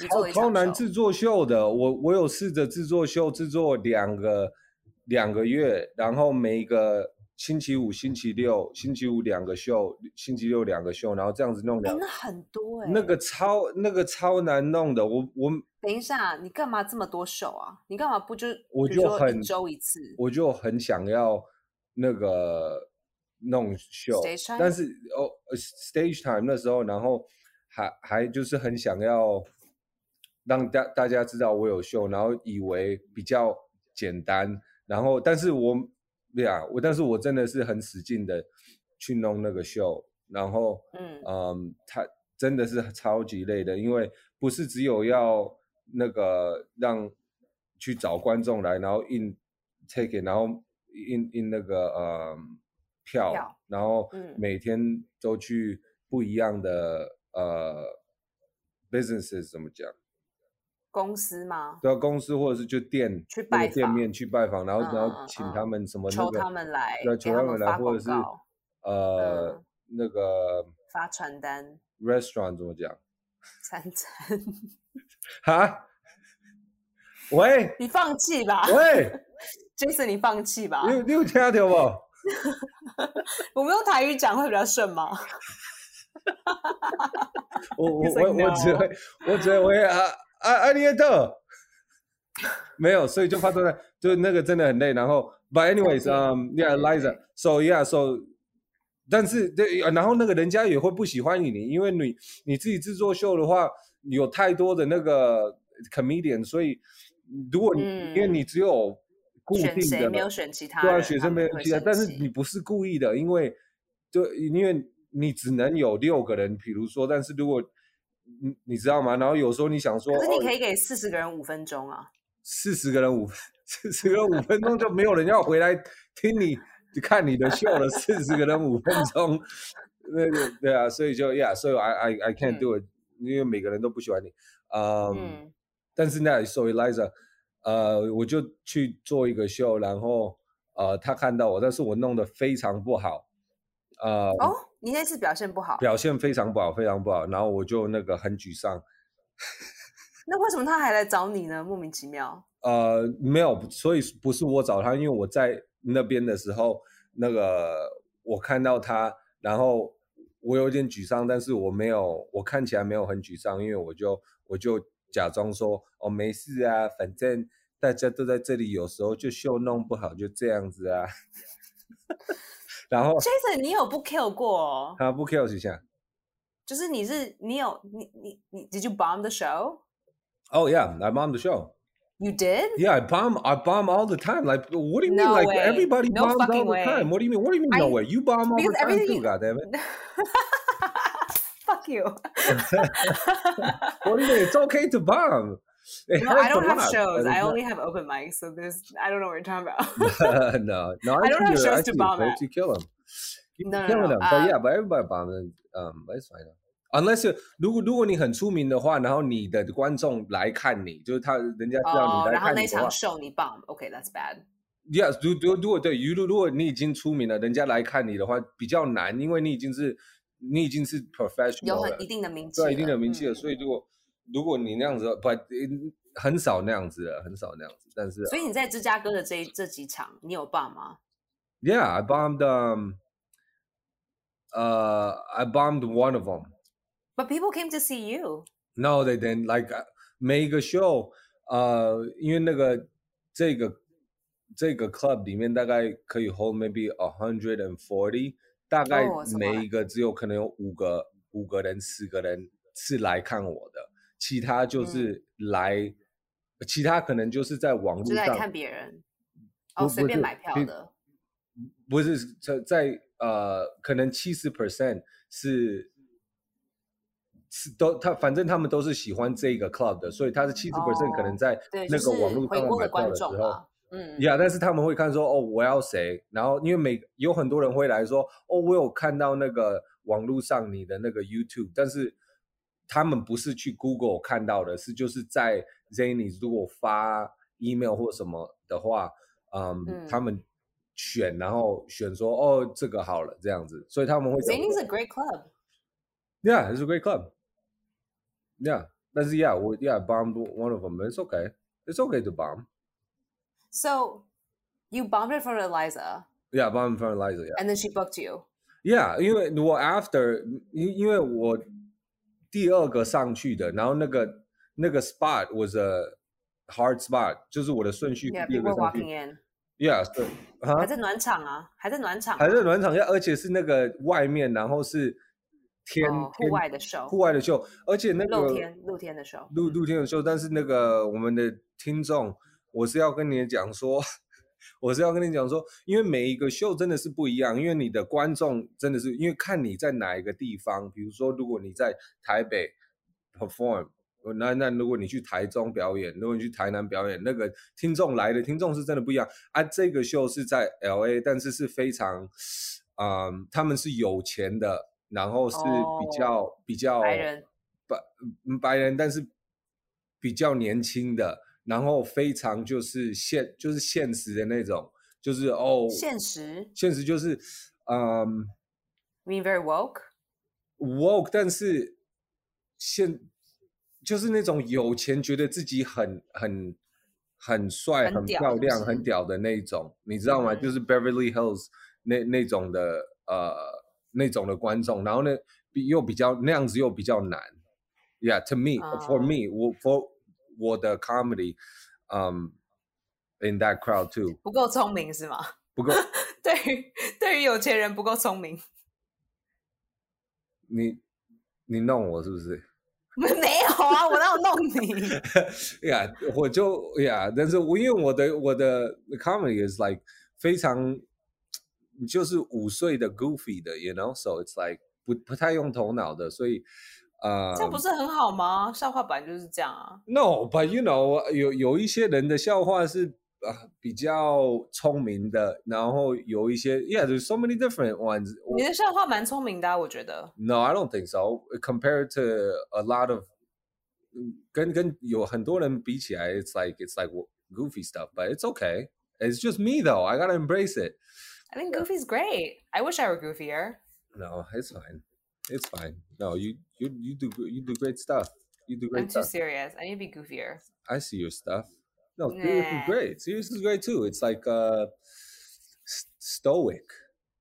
Speaker 1: 你做
Speaker 2: 超
Speaker 1: 了一
Speaker 2: 哦超
Speaker 1: 场
Speaker 2: 难
Speaker 1: 秀
Speaker 2: 制作秀的，我我有试着制作秀制作两个两个月，然后每一个星期五、星期六、星期五两个秀，星期六两个秀，然后这样子弄
Speaker 1: 哎、
Speaker 2: 两、
Speaker 1: 那很多哎、
Speaker 2: 那个超那个超难弄的，我我
Speaker 1: 等一下，你干嘛这么多秀啊？你干嘛不就
Speaker 2: 我
Speaker 1: 比如
Speaker 2: 就
Speaker 1: 说
Speaker 2: 很
Speaker 1: 一周一次？
Speaker 2: 我就很想要那个弄秀
Speaker 1: Stage time？
Speaker 2: 但是哦呃，stage time 那时候，然后还还就是很想要让大大家知道我有秀，然后以为比较简单，然后但是我对啊，我但是我真的是很使劲的去弄那个秀，然后
Speaker 1: 嗯，
Speaker 2: 嗯，它真的是超级累的，因为不是只有要那个让去找观众来，然后印 take it，然后印印那个呃票，
Speaker 1: 票
Speaker 2: 然后
Speaker 1: 嗯
Speaker 2: 每天都去不一样的、呃 businesses 怎么讲？
Speaker 1: 公司吗？
Speaker 2: 对啊，公司或者是就店
Speaker 1: 去
Speaker 2: 那个
Speaker 1: 拜
Speaker 2: 店
Speaker 1: 访
Speaker 2: 面去拜访，然后、然
Speaker 1: 嗯嗯
Speaker 2: 后请
Speaker 1: 嗯
Speaker 2: 他们什么那
Speaker 1: 求
Speaker 2: 个
Speaker 1: 他们来，
Speaker 2: 对啊，
Speaker 1: 给
Speaker 2: 求他
Speaker 1: 们
Speaker 2: 们来，
Speaker 1: 发
Speaker 2: 或
Speaker 1: 广
Speaker 2: 者是
Speaker 1: 告、
Speaker 2: 呃、
Speaker 1: 嗯
Speaker 2: 那个
Speaker 1: 发传单、
Speaker 2: restaurant 怎么讲？
Speaker 1: 餐餐。
Speaker 2: 哈， 喂
Speaker 1: 你放弃吧
Speaker 2: 喂，
Speaker 1: ，Jason，你放弃吧。
Speaker 2: 你有你有听到无？
Speaker 1: 我们用台语讲会比较顺吗？
Speaker 2: 我我
Speaker 1: He's
Speaker 2: 我
Speaker 1: like,
Speaker 2: 我只会我只会啊啊啊！你也到 没有，所以就发出来，就那个真的很累。然后，but anyways，嗯、um,，yeah，Liza，so yeah，so，但是对，然后那个人家也会不喜欢你，因为你你自己制作秀的话，有太多的那个 comedian，所以如果你、
Speaker 1: 嗯
Speaker 2: 因为你只有固定
Speaker 1: 选谁
Speaker 2: 的，
Speaker 1: 没有选其他
Speaker 2: 对啊，
Speaker 1: 人
Speaker 2: 学
Speaker 1: 他
Speaker 2: 生没有
Speaker 1: 们就会
Speaker 2: 其他，
Speaker 1: 生
Speaker 2: 但是
Speaker 1: 气
Speaker 2: 你不是故意的，因为就因为你只能有六个人，比如说，但是如果你你知道吗？然后有时候你想说，
Speaker 1: 可是
Speaker 2: 哦
Speaker 1: 你可以给四十个人五分钟啊。
Speaker 2: 四十个人五四十个人五分钟就没有人要回来听你看你的秀了。四十个人五分 钟，那个对啊，所以就 yeah，所以 I I I can't do it，、因为每个人都不喜欢你。嗯，
Speaker 1: 嗯，
Speaker 2: 但是那 so Eliza，呃，我就去做一个秀，然后呃，他看到我，但是我弄得非常不好，呃，
Speaker 1: 哦，你那次表现不好，
Speaker 2: 表现非常不好，非常不好，然后我就那个很沮丧。
Speaker 1: 那为什么他还来找你呢？莫名其妙。
Speaker 2: 呃，没有，所以不是我找他，因为我在那边的时候，那个我看到他，然后我有点沮丧，但是我没有，我看起来没有很沮丧，因为我就我就假装说哦没事啊，反正大家都在这里，有时候就秀弄不好就这样子啊， 然后
Speaker 1: Jason，你有不 kill 过哦？
Speaker 2: 他不 care 一下，
Speaker 1: 就是你是你有你你你，Did you bomb the show?
Speaker 2: oh yeah，I bomb the show。
Speaker 1: You did?
Speaker 2: Yeah, I bomb. I bomb all the time. Like, what do you mean?
Speaker 1: No
Speaker 2: Like
Speaker 1: way.
Speaker 2: everybody
Speaker 1: No
Speaker 2: bombs all
Speaker 1: fucking
Speaker 2: the
Speaker 1: way.
Speaker 2: time. What do you mean? What do you mean? No
Speaker 1: I-
Speaker 2: way. You bomb all the
Speaker 1: because
Speaker 2: time
Speaker 1: everything-
Speaker 2: too. Goddamn it.
Speaker 1: Fuck you.
Speaker 2: What do you mean? It's okay to bomb. It
Speaker 1: No, I
Speaker 2: hurts a
Speaker 1: don't have
Speaker 2: lot,
Speaker 1: shows.
Speaker 2: but
Speaker 1: I
Speaker 2: it's
Speaker 1: only have open mics, so there's I don't know what you're talking about.
Speaker 2: not- no, no. I,
Speaker 1: I don't
Speaker 2: see
Speaker 1: have
Speaker 2: your- I
Speaker 1: shows to
Speaker 2: see your
Speaker 1: bomb
Speaker 2: posts.
Speaker 1: at.
Speaker 2: You kill them. You
Speaker 1: No, no,
Speaker 2: kill
Speaker 1: no,
Speaker 2: them.
Speaker 1: uh,
Speaker 2: but yeah, but everybody bombs. Um, but it's fine. Unless you 如果如果你很出名的话，然后你的观众来看你，就是他人家知道
Speaker 1: 哦，
Speaker 2: 你来
Speaker 1: 然后
Speaker 2: 看
Speaker 1: 那
Speaker 2: 你的话
Speaker 1: 场 show 你 bomb. Okay, that's bad.
Speaker 2: Yes，如如如果对，如如如果你已经出名了，人家来看你的话比较难，因为你已经是你已经是 professional
Speaker 1: 有
Speaker 2: 了
Speaker 1: 很一定的名气了，
Speaker 2: 对一定的名气了，
Speaker 1: 嗯
Speaker 2: 所以如果如果你那样子不很少那样子了，很少那样子，但是
Speaker 1: 所以你在芝加哥的这一这几场，你有 bomb 吗？
Speaker 2: yeah，I bombed um，呃、i bombed one of them。
Speaker 1: But people came to see you.
Speaker 2: No, they didn't. Like uh, 每一个 show，呃，因为那个这个这个 club 里面大概可以 hold maybe a hundred and forty，大概
Speaker 1: 哦，that's a
Speaker 2: 每
Speaker 1: lot
Speaker 2: 一个只有可能有五个五个人四个人是来看我的，其他就
Speaker 1: 嗯
Speaker 2: 是来，其他可能就是在网
Speaker 1: 就
Speaker 2: 络
Speaker 1: 在
Speaker 2: 上
Speaker 1: 看别人，哦，
Speaker 2: 不
Speaker 1: 随
Speaker 2: 不
Speaker 1: 便
Speaker 2: 是
Speaker 1: 买票
Speaker 2: 其
Speaker 1: 的，
Speaker 2: 不是在在呃，可能七十 percent 是是都他反正他们都是喜欢这个 club 的，所以他是七十 percent 可能
Speaker 1: 哦
Speaker 2: 在
Speaker 1: 对，
Speaker 2: 那
Speaker 1: 就
Speaker 2: 个网
Speaker 1: 是
Speaker 2: 络
Speaker 1: 回
Speaker 2: 上
Speaker 1: 国
Speaker 2: 买票
Speaker 1: 的观
Speaker 2: 的时
Speaker 1: 众
Speaker 2: 候。
Speaker 1: 吧。嗯，
Speaker 2: 呀，但是他们会看说哦，我要谁？然后因为每有很多人会来说哦，我有看到那个网络上你的那个 YouTube，但是他们不是去 Google 看到的，是就是在 Zany 如果发 email 或什么的话，嗯，
Speaker 1: 嗯
Speaker 2: 他们选，然后选说哦，这个好了这样子，所以他们会
Speaker 1: z a
Speaker 2: 讲
Speaker 1: n is a great club.
Speaker 2: Yeah, it's a great club. Yeah，但是 Yeah，我 Yeah bombed one of them. It's okay. It's okay to bomb.
Speaker 1: So you bombed it for Eliza,
Speaker 2: Yeah, bomb in front of Liza. Yeah.
Speaker 1: and then she booked you.
Speaker 2: Yeah，因为我 after 因因为我第二个上去的，然后那个那个 spot was a hard spot，就是我的顺序
Speaker 1: Yeah,
Speaker 2: 第二
Speaker 1: people
Speaker 2: 个
Speaker 1: were
Speaker 2: 上
Speaker 1: walking
Speaker 2: 去。
Speaker 1: in.
Speaker 2: Yeah，对，
Speaker 1: 还
Speaker 2: 啊，
Speaker 1: 在暖场啊，还在暖场啊，
Speaker 2: 还在暖场，而且是那个外面，然后是天
Speaker 1: 哦户
Speaker 2: 天
Speaker 1: 外的 show，
Speaker 2: 户外的秀，而且那
Speaker 1: 露
Speaker 2: 个哦
Speaker 1: 天露天的 show。
Speaker 2: 露露天的秀，但是那个我们的听众，我是要跟你讲说， 我是要跟你讲说，因为每一个秀真的是不一样，因为你的观众真的是因为看你在哪一个地方，比如说如果你在台北 perform。呃那那如果你去台中表演，如果你去台南表演，那个听众来的听众是真的不一样啊。这个秀是在 L A，但是是非常，嗯，他们是有钱的，然后是
Speaker 1: 哦
Speaker 2: 比较、比较
Speaker 1: 白人
Speaker 2: 白嗯白人，但是比较年轻的，然后非常就是现就是现实的那种，就是哦，
Speaker 1: 现实
Speaker 2: 现实就是嗯
Speaker 1: ，I mean very woke。
Speaker 2: woke，但是现就是那种有钱觉得自己很很很帅、
Speaker 1: 很
Speaker 2: 很
Speaker 1: 屌
Speaker 2: 漂
Speaker 1: 是不
Speaker 2: 亮、
Speaker 1: 是
Speaker 2: 很屌的那种，你知道吗？
Speaker 1: 嗯
Speaker 2: 就是 Beverly Hills 那那种的呃那种的观众，然后呢比又比较那样子又比较难。Yeah, to me, for
Speaker 1: 哦
Speaker 2: me, 我 for 我的 comedy， um in that crowd too.
Speaker 1: 不够聪明是吗？
Speaker 2: 不过
Speaker 1: 对于对于有钱人不够聪明，
Speaker 2: 你你弄我是不是？
Speaker 1: 没有啊，我哪有弄你？
Speaker 2: yeah, 我就 yeah，但是我因为我的我的 comedy is like 非常就是五岁的 goofy 的，you know，so it's like 不不太用头脑的，所以啊、
Speaker 1: 这样不是很好吗？笑话本来就是这样啊。
Speaker 2: n o but you know，有有一些人的笑话是啊比较聪明的，然后有一些 yeah，there's so many different ones。
Speaker 1: 你的笑话蛮聪明的、啊，我觉得。
Speaker 2: No, I don't think so. Compared to a lot of 跟跟有很多人比起来，it's like it's like goofy stuff, but it's okay. It's just me though. I gotta embrace it.
Speaker 1: I think Goofy's great. I wish I were goofier.
Speaker 2: No, it's fine. It's fine. No, you you you do you do great stuff. You do
Speaker 1: I'm
Speaker 2: great
Speaker 1: too
Speaker 2: stuff.
Speaker 1: serious. I need to be goofier.
Speaker 2: I see your stuff. No, serious is
Speaker 1: Nah.
Speaker 2: great. Serious is great too. It's like uh s- stoic,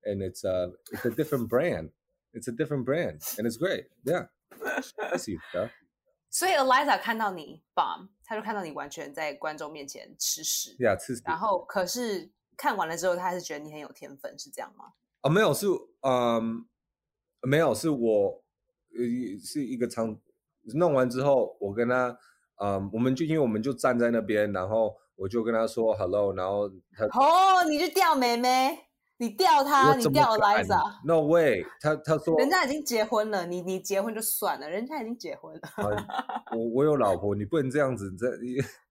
Speaker 2: and it's uh it's a different brand. It's a different brand, and it's great. Yeah, I see your stuff.
Speaker 1: 所以 Eliza 看到你 bomb，他就看到你完全在观众面前吃屎，
Speaker 2: Yeah, 吃
Speaker 1: 然后可是看完了之后，他还是觉得你很有天分，是这样吗？
Speaker 2: 啊，没有是嗯，没有是我呃是一个场弄完之后，我跟他嗯，我们就因为我们就站在那边，然后我就跟他说 hello，然后他
Speaker 1: 哦，你就钓妹妹，你钓她，
Speaker 2: 我
Speaker 1: 啊你
Speaker 2: 怎么
Speaker 1: 钓
Speaker 2: 敢
Speaker 1: Eliza，
Speaker 2: ？No way！他他说
Speaker 1: 人家已经结婚了，你你结婚就算了，人家已经结婚了。
Speaker 2: 啊我我有老婆，你不能这样子，这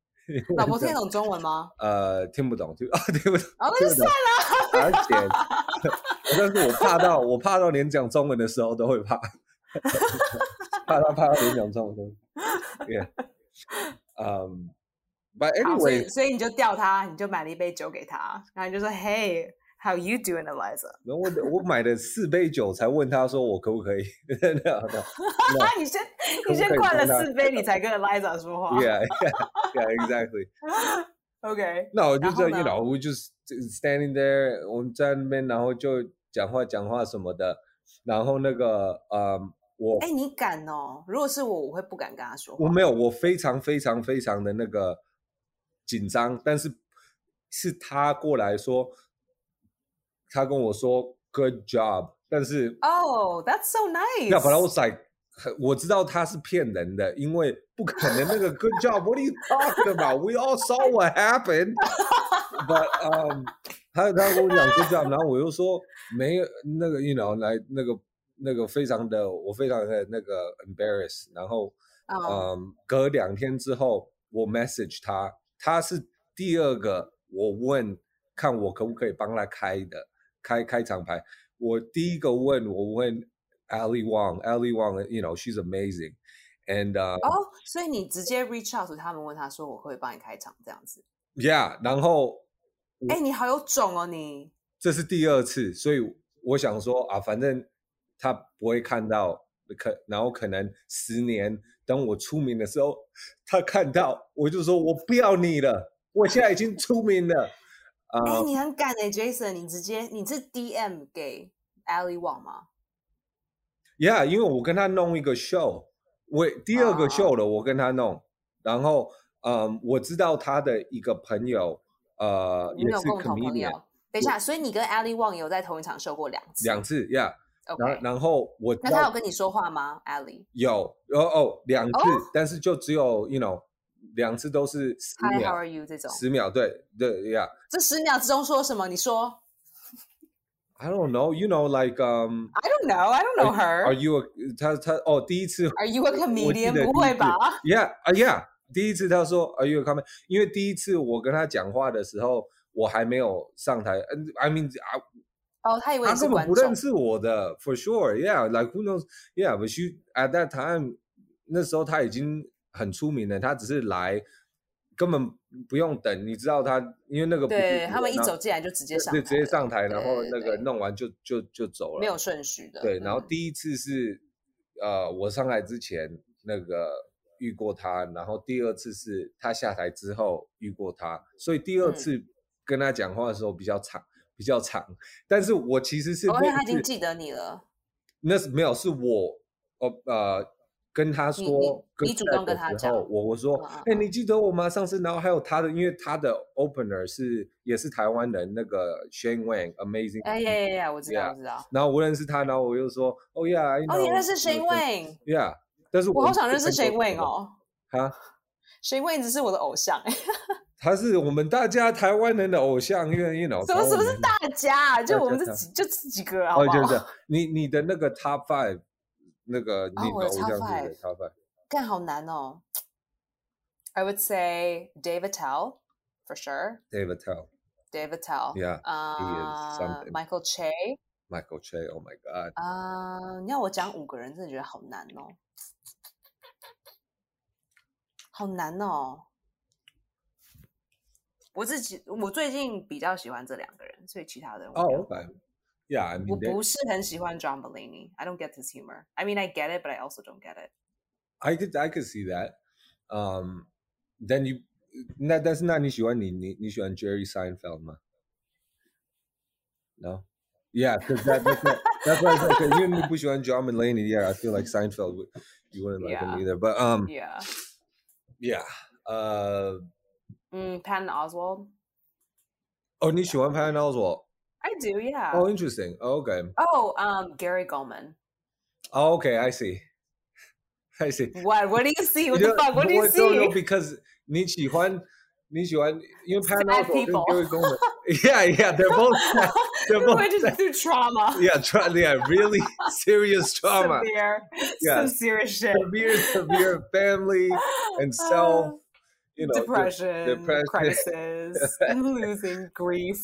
Speaker 1: 老婆听得懂中文吗？
Speaker 2: 呃听不懂，听 啊听不懂，
Speaker 1: 然后
Speaker 2: 听
Speaker 1: 就
Speaker 2: 不
Speaker 1: 算
Speaker 2: 懂， 而且但是我怕到我怕到连讲中文的时候都会怕， 怕到怕到连讲中文都，yeah，嗯、um,，but
Speaker 1: 好，所以
Speaker 2: anyway，
Speaker 1: 所以你就钓她，你就买了一杯酒给她，然后你就说，Hey，how you doing, Eliza？
Speaker 2: 我我买了四杯酒才问他说我可不可以 No, no.
Speaker 1: 啊，你先
Speaker 2: 可不
Speaker 1: 你先
Speaker 2: 可以
Speaker 1: 灌了
Speaker 2: 跟她
Speaker 1: 四杯，你才跟 Eliza 说话。
Speaker 2: yeah yeah yeah exactly。
Speaker 1: OK，
Speaker 2: 那我就
Speaker 1: 然
Speaker 2: 这
Speaker 1: 后
Speaker 2: 一
Speaker 1: 呢
Speaker 2: 老屋就是 standing there，我们在那边，然后就讲话讲话什么的，然后那个呃，我
Speaker 1: 哎、你敢哦？如果是我，我会不敢跟他说话。
Speaker 2: 我没有，我非常非常非常的那个紧张，但是是他过来说，他跟我说 good job，但是
Speaker 1: Oh, that's so nice.
Speaker 2: 要不然我 like 我知道他是骗人的，因为不可能那个 good job，what are you talking about？We all saw what happened。But um，他他跟我讲 good job，然后我又说没有那个 you know 来那个那个非常的我非常的那个 embarrass，然后。
Speaker 1: 嗯
Speaker 2: 嗯，隔两天之后我 message 他，他是第二个我问看我可不可以帮他开的开开场牌。我第一个问我问 Ali Wong，Ali Wong，you know，she's amazing，and、uh,
Speaker 1: 哦，所以你直接 reach out to 他们，问他说我会帮你开场这样子。
Speaker 2: yeah，然后嗯
Speaker 1: 哎、你好有种哦你！
Speaker 2: 这是第二次，所以我想说啊，反正他不会看到，可然后可能十年等我出名的时候，他看到，我就说我不要你了，我现在已经出名了。
Speaker 1: 哎、
Speaker 2: 啊、
Speaker 1: 你很敢哎、j a s o n 你直接你是 DM 给 Ali Wang 吗？
Speaker 2: y e a h 因为我跟他弄一个 show，我第二个
Speaker 1: 啊
Speaker 2: show 了，我跟他弄，然后嗯，我知道他的一个朋友，呃，
Speaker 1: 你
Speaker 2: 也
Speaker 1: 们有
Speaker 2: 是
Speaker 1: 共同朋
Speaker 2: comedian
Speaker 1: 友？等一下，所以你跟 Ali Wang 有在同一场秀过两次。
Speaker 2: 两次，Yeah，然
Speaker 1: OK，
Speaker 2: 然后我知
Speaker 1: 那
Speaker 2: 道
Speaker 1: 他有跟你说话吗？Ali，
Speaker 2: 有，哦哦，两次，
Speaker 1: 哦
Speaker 2: 但是就只有，you know，两次都是十
Speaker 1: h i how
Speaker 2: 秒，
Speaker 1: are you？这种
Speaker 2: 十秒，对对呀、
Speaker 1: 这十秒之中说什么？你说
Speaker 2: yeah.，I don't know，you know，like um。
Speaker 1: I don't know, I don't know her.
Speaker 2: Are you a, 他他哦，第一次
Speaker 1: Are you a
Speaker 2: 我记
Speaker 1: comedian？
Speaker 2: 得
Speaker 1: 不
Speaker 2: 第一
Speaker 1: 会
Speaker 2: 次
Speaker 1: 吧？
Speaker 2: ，Yeah 啊、Yeah，第一次他说 Are you a comedy？因为第一次我跟他讲话的时候，我还没有上台，嗯，I mean 啊，
Speaker 1: 哦，他以为
Speaker 2: 他
Speaker 1: 你是
Speaker 2: 根本
Speaker 1: 观
Speaker 2: 不
Speaker 1: 众
Speaker 2: 认。识我的，For sure，Yeah，like who knows？Yeah，but she at that time，那时候他已经很出名了，他只是来，根本不用等，你知道他，因为那个不是
Speaker 1: 对
Speaker 2: 我
Speaker 1: 他们一
Speaker 2: 那
Speaker 1: 走进来就直接
Speaker 2: 就
Speaker 1: 上，
Speaker 2: 就直接，上台，然后
Speaker 1: 对
Speaker 2: 那个
Speaker 1: 对
Speaker 2: 弄完就就就走了，
Speaker 1: 没有顺序的。
Speaker 2: 对，然后
Speaker 1: 嗯
Speaker 2: 第一次是呃，我上来之前那个遇过他，然后第二次是他下台之后遇过他，所以第二
Speaker 1: 嗯
Speaker 2: 次跟他讲话的时候比较长，比较长。但是我其实是
Speaker 1: 哦，
Speaker 2: 那
Speaker 1: 那他已
Speaker 2: 一
Speaker 1: 经
Speaker 2: 次
Speaker 1: 记得你了。
Speaker 2: 那是没有是我哦呃跟他
Speaker 1: 你
Speaker 2: 说，
Speaker 1: 你你主动跟他
Speaker 2: 然
Speaker 1: 讲
Speaker 2: 后我我说，
Speaker 1: 嗯嗯
Speaker 2: 哎、你记得我吗？上次，然后还有他的，因为他的 opener 是也是台湾人，那个 Shane Wang Amazing，
Speaker 1: 哎呀呀呀，我知道
Speaker 2: Yeah
Speaker 1: 我知道。
Speaker 2: 然后我认识他，然后我又说，Oh yeah，I
Speaker 1: 哦，
Speaker 2: know
Speaker 1: 你认识 Shane Wayne，
Speaker 2: Wang？Yeah，但是
Speaker 1: 我好想认识
Speaker 2: 谁
Speaker 1: Shane Wayne。哦。
Speaker 2: 啊，
Speaker 1: Shane Wayne 只是我的偶像，哎
Speaker 2: 他是我们大家台湾人的偶像，因为 you know
Speaker 1: 什
Speaker 2: 台
Speaker 1: 么
Speaker 2: 湾
Speaker 1: 什么是
Speaker 2: 人
Speaker 1: 大家啊？就我们这
Speaker 2: 对
Speaker 1: 几就这几个啊，好
Speaker 2: 哦，
Speaker 1: 不
Speaker 2: 就
Speaker 1: 好
Speaker 2: 是？这样你你的那个 Top Five，那个你的
Speaker 1: 哦我的
Speaker 2: 偶像
Speaker 1: top
Speaker 2: 是谁
Speaker 1: five
Speaker 2: Top Five？
Speaker 1: 干好难哦。I would say Dave Attell for sure.
Speaker 2: David Tell,
Speaker 1: Dave Attell.
Speaker 2: yeah,
Speaker 1: Uh,
Speaker 2: something.
Speaker 1: Michael Che.
Speaker 2: Michael Che. Oh my God.
Speaker 1: 啊、你要我讲五个人，真的觉得好难哦，好难哦。我自己我最近比较喜欢这两个人，所以其他的人我没有
Speaker 2: Oh, okay. Yeah, I
Speaker 1: 我
Speaker 2: mean, they,
Speaker 1: 不是很喜欢 John Mulaney. I don't get his humor. I mean, I get it, but I also don't get it.
Speaker 2: I could I could see that. Um, then you. 那但是那你喜欢你你你喜欢 Jerry Seinfeld 吗？No. Yeah, because that, that's what, that's what I said. 'cause Even if you want John Mulaney, yeah, I feel like Seinfeld would you wouldn't like him
Speaker 1: Yeah.
Speaker 2: either. But um,
Speaker 1: Yeah.
Speaker 2: yeah. Uh,
Speaker 1: 嗯，Patton Oswald.
Speaker 2: oh, 你喜欢 Patton Oswalt?
Speaker 1: I do. Yeah.
Speaker 2: Oh, interesting. Oh, okay.
Speaker 1: Oh, um, Gary Goldman.
Speaker 2: Oh, okay, I see. I see.
Speaker 1: What? What do you see? What
Speaker 2: know,
Speaker 1: the fuck? What do you
Speaker 2: I don't know
Speaker 1: see?
Speaker 2: because 你喜欢你喜欢 you know Pat
Speaker 1: Sad
Speaker 2: Oswalt and
Speaker 1: people.
Speaker 2: Gary Goldman. yeah, yeah, they're both sad. they're
Speaker 1: We
Speaker 2: both
Speaker 1: went
Speaker 2: sad.
Speaker 1: through trauma.
Speaker 2: yeah, tra- yeah, really serious trauma,
Speaker 1: Severe.
Speaker 2: Yeah.
Speaker 1: Some serious shit. Ah,
Speaker 2: severe, severe family and self, you know, just-
Speaker 1: depression,
Speaker 2: depression.
Speaker 1: crisis, losing grief.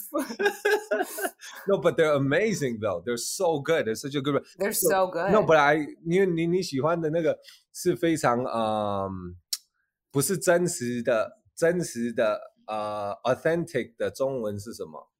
Speaker 2: no, but they're amazing though. They're so good. They're such a good.
Speaker 1: They're so good.
Speaker 2: No, but I 因为你你喜欢的那个是非常嗯，不是真实的真实的呃 authentic 的中文是什么？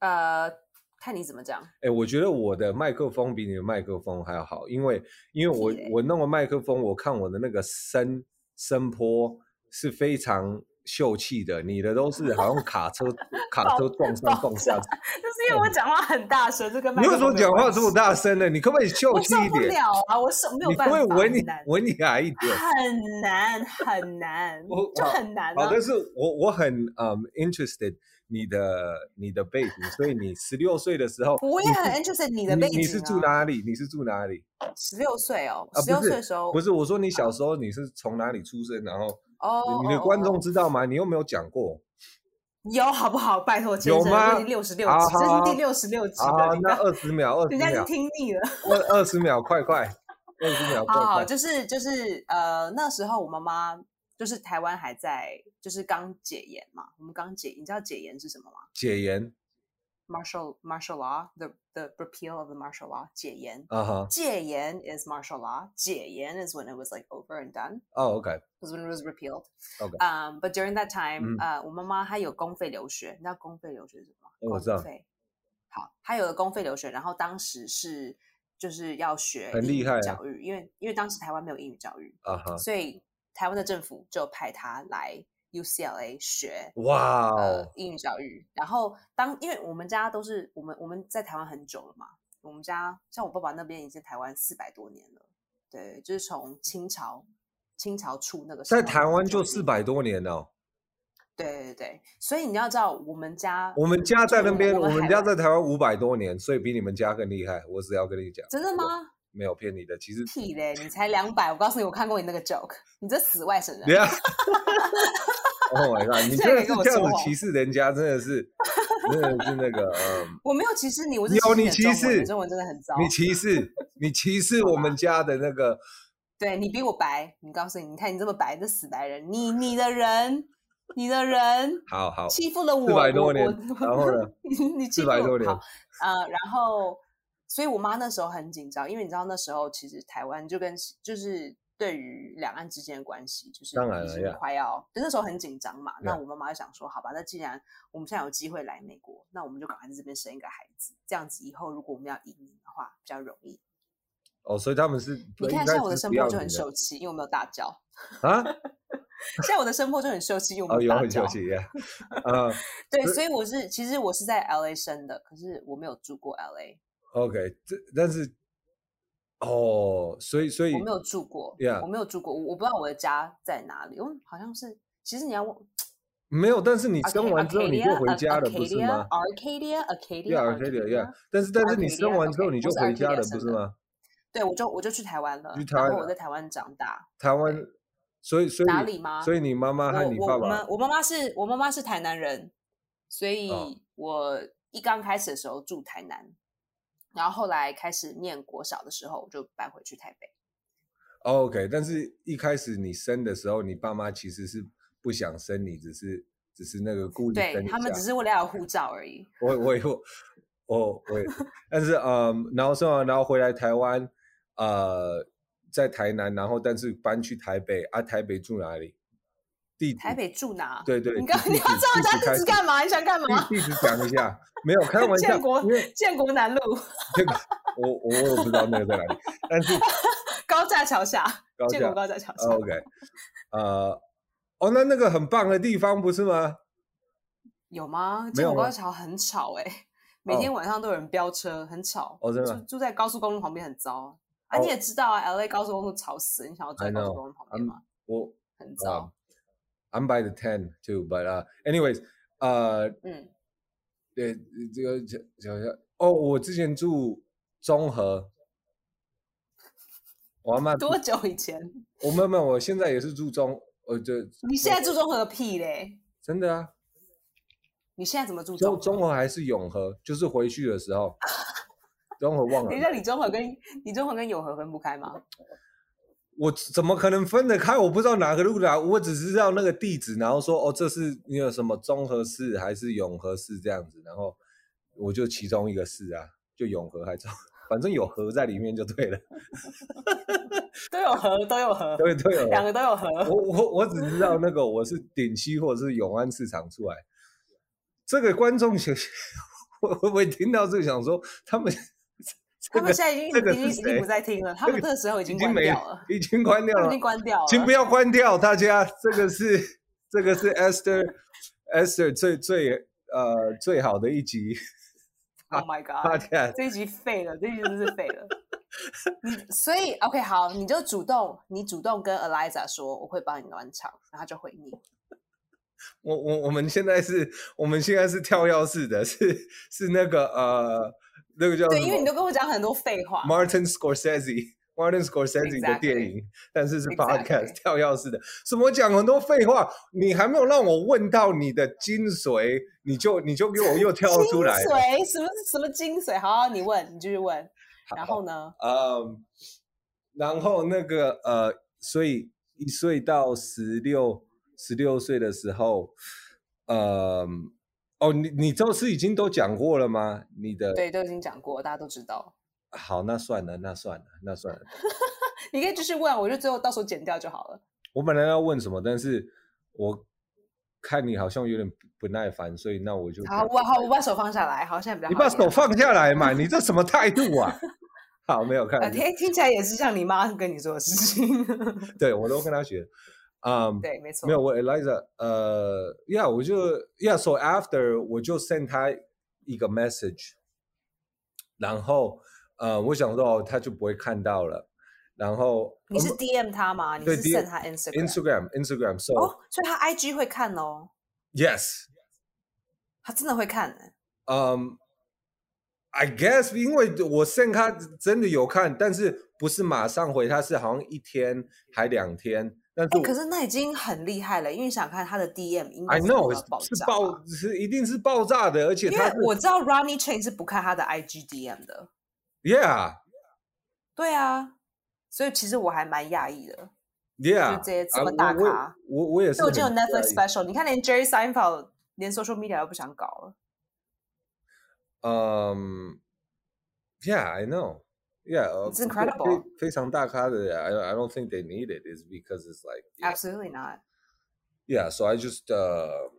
Speaker 1: 呃，看你怎么 讲。
Speaker 2: 哎，我觉得我的麦克风比你的麦克风还要好，因为因为我
Speaker 1: 是欸
Speaker 2: 我弄个麦克风，我看我的那个声声波是非常秀气的，你的都是好像卡 车卡车撞上撞下。
Speaker 1: 就是因为我讲话很大声，这跟麦
Speaker 2: 你为
Speaker 1: 克
Speaker 2: 什
Speaker 1: 风
Speaker 2: 么
Speaker 1: 没有
Speaker 2: 讲话
Speaker 1: 关
Speaker 2: 这么
Speaker 1: 系？
Speaker 2: 大声呢？你可不可以秀
Speaker 1: 我
Speaker 2: 气
Speaker 1: 受
Speaker 2: 一
Speaker 1: 不
Speaker 2: 点？
Speaker 1: 了啊！我是没有
Speaker 2: 你可
Speaker 1: 办
Speaker 2: 不
Speaker 1: 法，
Speaker 2: 可以文
Speaker 1: 很
Speaker 2: 你
Speaker 1: 难，
Speaker 2: 文你雅一点？
Speaker 1: 很难，很 难
Speaker 2: 我，
Speaker 1: 就
Speaker 2: 好
Speaker 1: 很难
Speaker 2: 好，
Speaker 1: 啊！
Speaker 2: 但是我我很嗯、interested 你的你的背景，所以你十六岁的时候，
Speaker 1: 我也很 interested 你的背
Speaker 2: 你
Speaker 1: 景、啊
Speaker 2: 你是住？哪里？你是住哪里？
Speaker 1: 十六岁哦，
Speaker 2: 啊
Speaker 1: 十六
Speaker 2: 不是
Speaker 1: 岁的时候
Speaker 2: 不是，我说你小时候你是从哪里出生？然后
Speaker 1: 哦，
Speaker 2: 你的
Speaker 1: 哦
Speaker 2: 观
Speaker 1: 哦
Speaker 2: 众知道吗？你又没有讲过。
Speaker 1: 有好不好？拜托，先
Speaker 2: 有
Speaker 1: 生
Speaker 2: 吗
Speaker 1: 我已经六十六
Speaker 2: 好
Speaker 1: 集，这
Speaker 2: 好
Speaker 1: 是第
Speaker 2: 好
Speaker 1: 六十六集
Speaker 2: 好
Speaker 1: 了，，你
Speaker 2: 啊那
Speaker 1: 的
Speaker 2: 二十秒，二十
Speaker 1: 人家已经
Speaker 2: 秒，
Speaker 1: 听腻了。
Speaker 2: 二二十秒，快快，二十秒，快
Speaker 1: 好好，
Speaker 2: 快。
Speaker 1: 就是就是呃，那时候我妈妈就是台湾还在，就是刚解严嘛，我们刚解，你知道解严是什么吗
Speaker 2: 解严
Speaker 1: ？Martial martial law, the the repeal of the martial law，解严。
Speaker 2: 啊哈，
Speaker 1: 戒严 is martial law. 解严 is when it was like over and done.
Speaker 2: 哦，OK，
Speaker 1: Was when it was repealed.
Speaker 2: Okay.
Speaker 1: Um, but during that
Speaker 2: 嗯
Speaker 1: time, 呃，我妈妈她有公费留学，你知道公费留学是什么吗？
Speaker 2: 我
Speaker 1: 公
Speaker 2: 知道
Speaker 1: 费。好，她有了公费留学，然后当时是就是要学
Speaker 2: 很
Speaker 1: 英
Speaker 2: 厉
Speaker 1: 语
Speaker 2: 害啊
Speaker 1: 教育，因为因为当时台湾没有英语教育，
Speaker 2: 啊哈，
Speaker 1: 所以台湾的政府就派她来 UCLA 学
Speaker 2: 哇
Speaker 1: 呃
Speaker 2: 哦，
Speaker 1: 英语教育。然后当因为我们家都是我们我们在台湾很久了嘛，我们家像我爸爸那边已经台湾四百多年了，对，就是从清朝清朝初那个时
Speaker 2: 在
Speaker 1: 候
Speaker 2: 台湾就
Speaker 1: 已经
Speaker 2: 四，百多年了。
Speaker 1: 对对对，所以你要知道我们家
Speaker 2: 我们家在
Speaker 1: 就
Speaker 2: 那边，
Speaker 1: 我
Speaker 2: 我
Speaker 1: 们
Speaker 2: 们
Speaker 1: 海
Speaker 2: 家
Speaker 1: 外
Speaker 2: 在台湾五百多年，所以比你们家更厉害。我只要跟你讲，
Speaker 1: 真的吗？
Speaker 2: 没有骗你的，其实
Speaker 1: 屁嘞，你才两百，我告诉你，我看过你那个 joke，你这死外省人
Speaker 2: 你。看 ，Oh my god！你
Speaker 1: 现在
Speaker 2: 真的
Speaker 1: 也
Speaker 2: 是
Speaker 1: 跟我
Speaker 2: 这样
Speaker 1: 说哦
Speaker 2: 子
Speaker 1: 谎
Speaker 2: 歧视人家，真的是，真的是那个， 嗯，
Speaker 1: 我没有歧视你，我是
Speaker 2: 有
Speaker 1: 你
Speaker 2: 你
Speaker 1: 的
Speaker 2: 歧
Speaker 1: 中文
Speaker 2: 视
Speaker 1: 你中文真的很糟。
Speaker 2: 你歧视，你歧视我 们家的那个，
Speaker 1: 对你比我白，你告诉你，你看你这么白，这死白人，你你的人，你的人
Speaker 2: 好好，
Speaker 1: 欺负了我，
Speaker 2: 400多
Speaker 1: 我
Speaker 2: 年
Speaker 1: 我
Speaker 2: 然后呢
Speaker 1: 你欺
Speaker 2: 四
Speaker 1: 负
Speaker 2: 百
Speaker 1: 我
Speaker 2: 多年，
Speaker 1: 好呃，然后，所以我妈那时候很紧张，因为你知道那时候其实台湾就跟就是对于两岸之间的关系，就是
Speaker 2: 当然
Speaker 1: 已
Speaker 2: 了
Speaker 1: 经
Speaker 2: 呀
Speaker 1: 快要，就那时候很紧张嘛。那
Speaker 2: 呀
Speaker 1: 我妈妈就想说，好吧，那既然我们现在有机会来美国，那我们就赶快在这边生一个孩子，这样子以后如果我们要移民的话比较容易。
Speaker 2: 哦，所以他们是，
Speaker 1: 你
Speaker 2: 应
Speaker 1: 看，
Speaker 2: 该
Speaker 1: 像我的
Speaker 2: 是
Speaker 1: 声
Speaker 2: 不
Speaker 1: 波
Speaker 2: 要
Speaker 1: 就
Speaker 2: 你的
Speaker 1: 很秀气，因为我没有大叫。
Speaker 2: 啊，
Speaker 1: 现在我的声波就很秀气， 因为我
Speaker 2: 哦，
Speaker 1: 没
Speaker 2: 有
Speaker 1: 大
Speaker 2: 很
Speaker 1: 叫
Speaker 2: 秀。气呀，啊
Speaker 1: 对，
Speaker 2: 所以
Speaker 1: 所以我是其实我是在 L A 生的，可是我没有住过 L A。
Speaker 2: ，OK，这但是哦，所以所以
Speaker 1: 我没有住过
Speaker 2: Yeah
Speaker 1: 我没有住过，我我不知道我的家在哪里。嗯，好像是，其实你要问
Speaker 2: 没有，但是你生完之后你就回家了，不是吗
Speaker 1: 呃 Arcadia, 啊 Arcadia,
Speaker 2: ？Yeah, Arcadia, yeah。但是但是你生完之后你就回家了，不是吗？
Speaker 1: 对，我就我就去台湾了，
Speaker 2: 去台湾
Speaker 1: 然后我
Speaker 2: 了
Speaker 1: 在台湾长大。
Speaker 2: 台湾，所以所以
Speaker 1: 哪里吗
Speaker 2: 所以你妈妈和你
Speaker 1: 我
Speaker 2: 爸
Speaker 1: 我
Speaker 2: 爸
Speaker 1: 我们我妈妈是我妈妈是台南人，所
Speaker 2: 哦
Speaker 1: 以我一刚开始的时候住台南，然后后来开始念国小的时候，我就搬回去台北。
Speaker 2: 哦 OK，但是一开始你生的时候，你爸妈其实是不想生你，只是只是那个故意
Speaker 1: 对
Speaker 2: 生你
Speaker 1: 他们
Speaker 2: 下
Speaker 1: 只是为了要有护照而已。
Speaker 2: 我我有，我我也是，但是嗯，然后生完然后回来台湾，呃，在台南，然后但是搬去台北啊，台北住哪里？地址
Speaker 1: 台北住哪？
Speaker 2: 对对
Speaker 1: 你刚
Speaker 2: 地
Speaker 1: 你要
Speaker 2: 址
Speaker 1: 知道
Speaker 2: 地
Speaker 1: 人家
Speaker 2: 址开
Speaker 1: 地
Speaker 2: 始
Speaker 1: 址干嘛？你想干嘛？
Speaker 2: 地地址讲一下，没有开玩笑，
Speaker 1: 建国
Speaker 2: 因为
Speaker 1: 建国南路
Speaker 2: 这个我我我也不知道那个在哪里，但是
Speaker 1: 高架桥下，
Speaker 2: 高
Speaker 1: 建
Speaker 2: 架哦
Speaker 1: 国高架桥下。
Speaker 2: OK，呃，哦，那那个很棒的地方不是吗？
Speaker 1: 有吗？
Speaker 2: 没
Speaker 1: 建
Speaker 2: 有
Speaker 1: 国高
Speaker 2: 吗
Speaker 1: 架桥很吵哎、每
Speaker 2: 哦
Speaker 1: 天晚上都有人飙车，很吵。
Speaker 2: 哦真的吗
Speaker 1: 住住在高速公路旁边很糟啊。啊，
Speaker 2: 哦
Speaker 1: 你也知道啊，L A 高速公路吵死，你想要住
Speaker 2: I
Speaker 1: 在高
Speaker 2: know，啊
Speaker 1: 速公路旁边
Speaker 2: I'm-
Speaker 1: 吗？
Speaker 2: 我
Speaker 1: 很
Speaker 2: 啊
Speaker 1: 糟。
Speaker 2: ，I'm by the ten too, but uh, anyways，呃，
Speaker 1: 嗯，
Speaker 2: 对，这个讲讲一下哦，我之前住中和，我阿妈住，
Speaker 1: 多久以前？
Speaker 2: 我妹妹，我现在也是住中，呃，这
Speaker 1: 你现在住中和个屁嘞？
Speaker 2: 真的啊，
Speaker 1: 你现在怎么住
Speaker 2: 中
Speaker 1: 中？
Speaker 2: 中和还是永和，就是回去的时 候，中和忘了
Speaker 1: 等一，下，李中和跟李中和跟友和分不开吗？
Speaker 2: 我怎么可能分得开？我不知道哪个路哪，我只知道那个地址，然后说哦，这是你有什么中和市还是永和市这样子，然后我就其中一个市啊，就永和还中， 反正有和在里面就对了，
Speaker 1: 都有和，都有和，
Speaker 2: 对对有和
Speaker 1: 两个都有和。
Speaker 2: 我我我只知道那个我是顶溪或者是永安市场出来，这个观众想，我 我我听到就想说他们 这
Speaker 1: 他们
Speaker 2: 个
Speaker 1: 现在已经
Speaker 2: 这个
Speaker 1: 已经
Speaker 2: 是
Speaker 1: 已经
Speaker 2: 谁
Speaker 1: 不再听了，他
Speaker 2: 这
Speaker 1: 们
Speaker 2: 个
Speaker 1: 这个时候已
Speaker 2: 已
Speaker 1: 经
Speaker 2: 经
Speaker 1: 关
Speaker 2: 没
Speaker 1: 掉了，
Speaker 2: 已经关掉
Speaker 1: 他们
Speaker 2: 了
Speaker 1: 已经，关掉了。
Speaker 2: 请不要关掉，大家这个是 这个是 Esther Esther 最最呃最好的一集
Speaker 1: Oh my god！
Speaker 2: podcast，
Speaker 1: 这一集废了，这一集真是废了。你所以 OK 好，你就主动，你主动跟 Eliza 说我会帮你暖场，然后她就回你。
Speaker 2: 我我我们现在是我们现在是跳钥匙的，是是那个呃那个叫
Speaker 1: 对，
Speaker 2: 什
Speaker 1: 因为
Speaker 2: 么
Speaker 1: 你都跟我讲很多废话。
Speaker 2: Martin Scorsese。Martin Scorsese 的电
Speaker 1: Exactly.
Speaker 2: 影但是是 podcast
Speaker 1: Exactly.
Speaker 2: 跳钥匙的，什么讲很多废话，你还没有让我问到你的精髓，你就你就给我又跳
Speaker 1: 精
Speaker 2: 出来了。
Speaker 1: 髓什么什么精髓？好，你问，你继续问。然后呢？
Speaker 2: 嗯，然后那个呃，所以一岁到十六十六岁的时候，呃，哦，你你这次已经都讲过了吗？你的
Speaker 1: 对，都已经讲过，大家都知道。
Speaker 2: 好，那算了，那算了，那算了。
Speaker 1: 你可以继续问，我就最后到时候剪掉就好了。
Speaker 2: 我本来要问什么，但是我看你好像有点不不耐烦，所以那我就
Speaker 1: 好，我好，我把手放下来，好，现在比较好
Speaker 2: 你
Speaker 1: 一点。
Speaker 2: 把手放下来嘛，你这什么态度啊？ 好，没有看，
Speaker 1: 呃，听听起来也是像你妈 跟你做的事情。
Speaker 2: 对我都跟他学，嗯，
Speaker 1: 对，没错。
Speaker 2: 没有我 Eliza，呃，Yeah，我就 Yeah，so after 我就 send 他一个 message，然后呃，我想说哦，他就不会看到了，然后
Speaker 1: 你是 DM 他吗？你
Speaker 2: 对
Speaker 1: 是
Speaker 2: DM
Speaker 1: send 他 Instagram？
Speaker 2: Instagram，Instagram，so、
Speaker 1: 哦，所以他 IG 会看哦，
Speaker 2: yes，
Speaker 1: 他真的会看欸。
Speaker 2: 嗯、i guess，因为我 send 他真的有看，但是不是马上回，他是好像一天还两天，但是
Speaker 1: 哎、
Speaker 2: 我
Speaker 1: 可是那已经很厉害了，因为你想看他的 DM 应
Speaker 2: I
Speaker 1: 该是
Speaker 2: know
Speaker 1: 多
Speaker 2: 是
Speaker 1: 到爆
Speaker 2: 是
Speaker 1: 炸吧。
Speaker 2: 爆是一定是爆炸的，而且
Speaker 1: 因
Speaker 2: 他
Speaker 1: 为
Speaker 2: 是
Speaker 1: 我知道 Ronnie Chain 是不看他的 IG DM 的，
Speaker 2: yeah
Speaker 1: 对啊，所以其实我还蛮讶异的。
Speaker 2: yeah，
Speaker 1: 这些这
Speaker 2: 啊
Speaker 1: 么大
Speaker 2: 我我也
Speaker 1: 咖
Speaker 2: 我我也是
Speaker 1: 所以我
Speaker 2: 很
Speaker 1: 就有
Speaker 2: 讶异，
Speaker 1: Netflix special，你看连 Jerry Seinfeld 连 social media 都不想搞了。
Speaker 2: 嗯，yeah，I Um, know。Yeah, uh,
Speaker 1: It's
Speaker 2: 非非
Speaker 1: incredible.
Speaker 2: 非常大咖的，I don't- I don't think they need it. Is because it's like yeah,
Speaker 1: Absolutely not。
Speaker 2: yeah. So I just uh,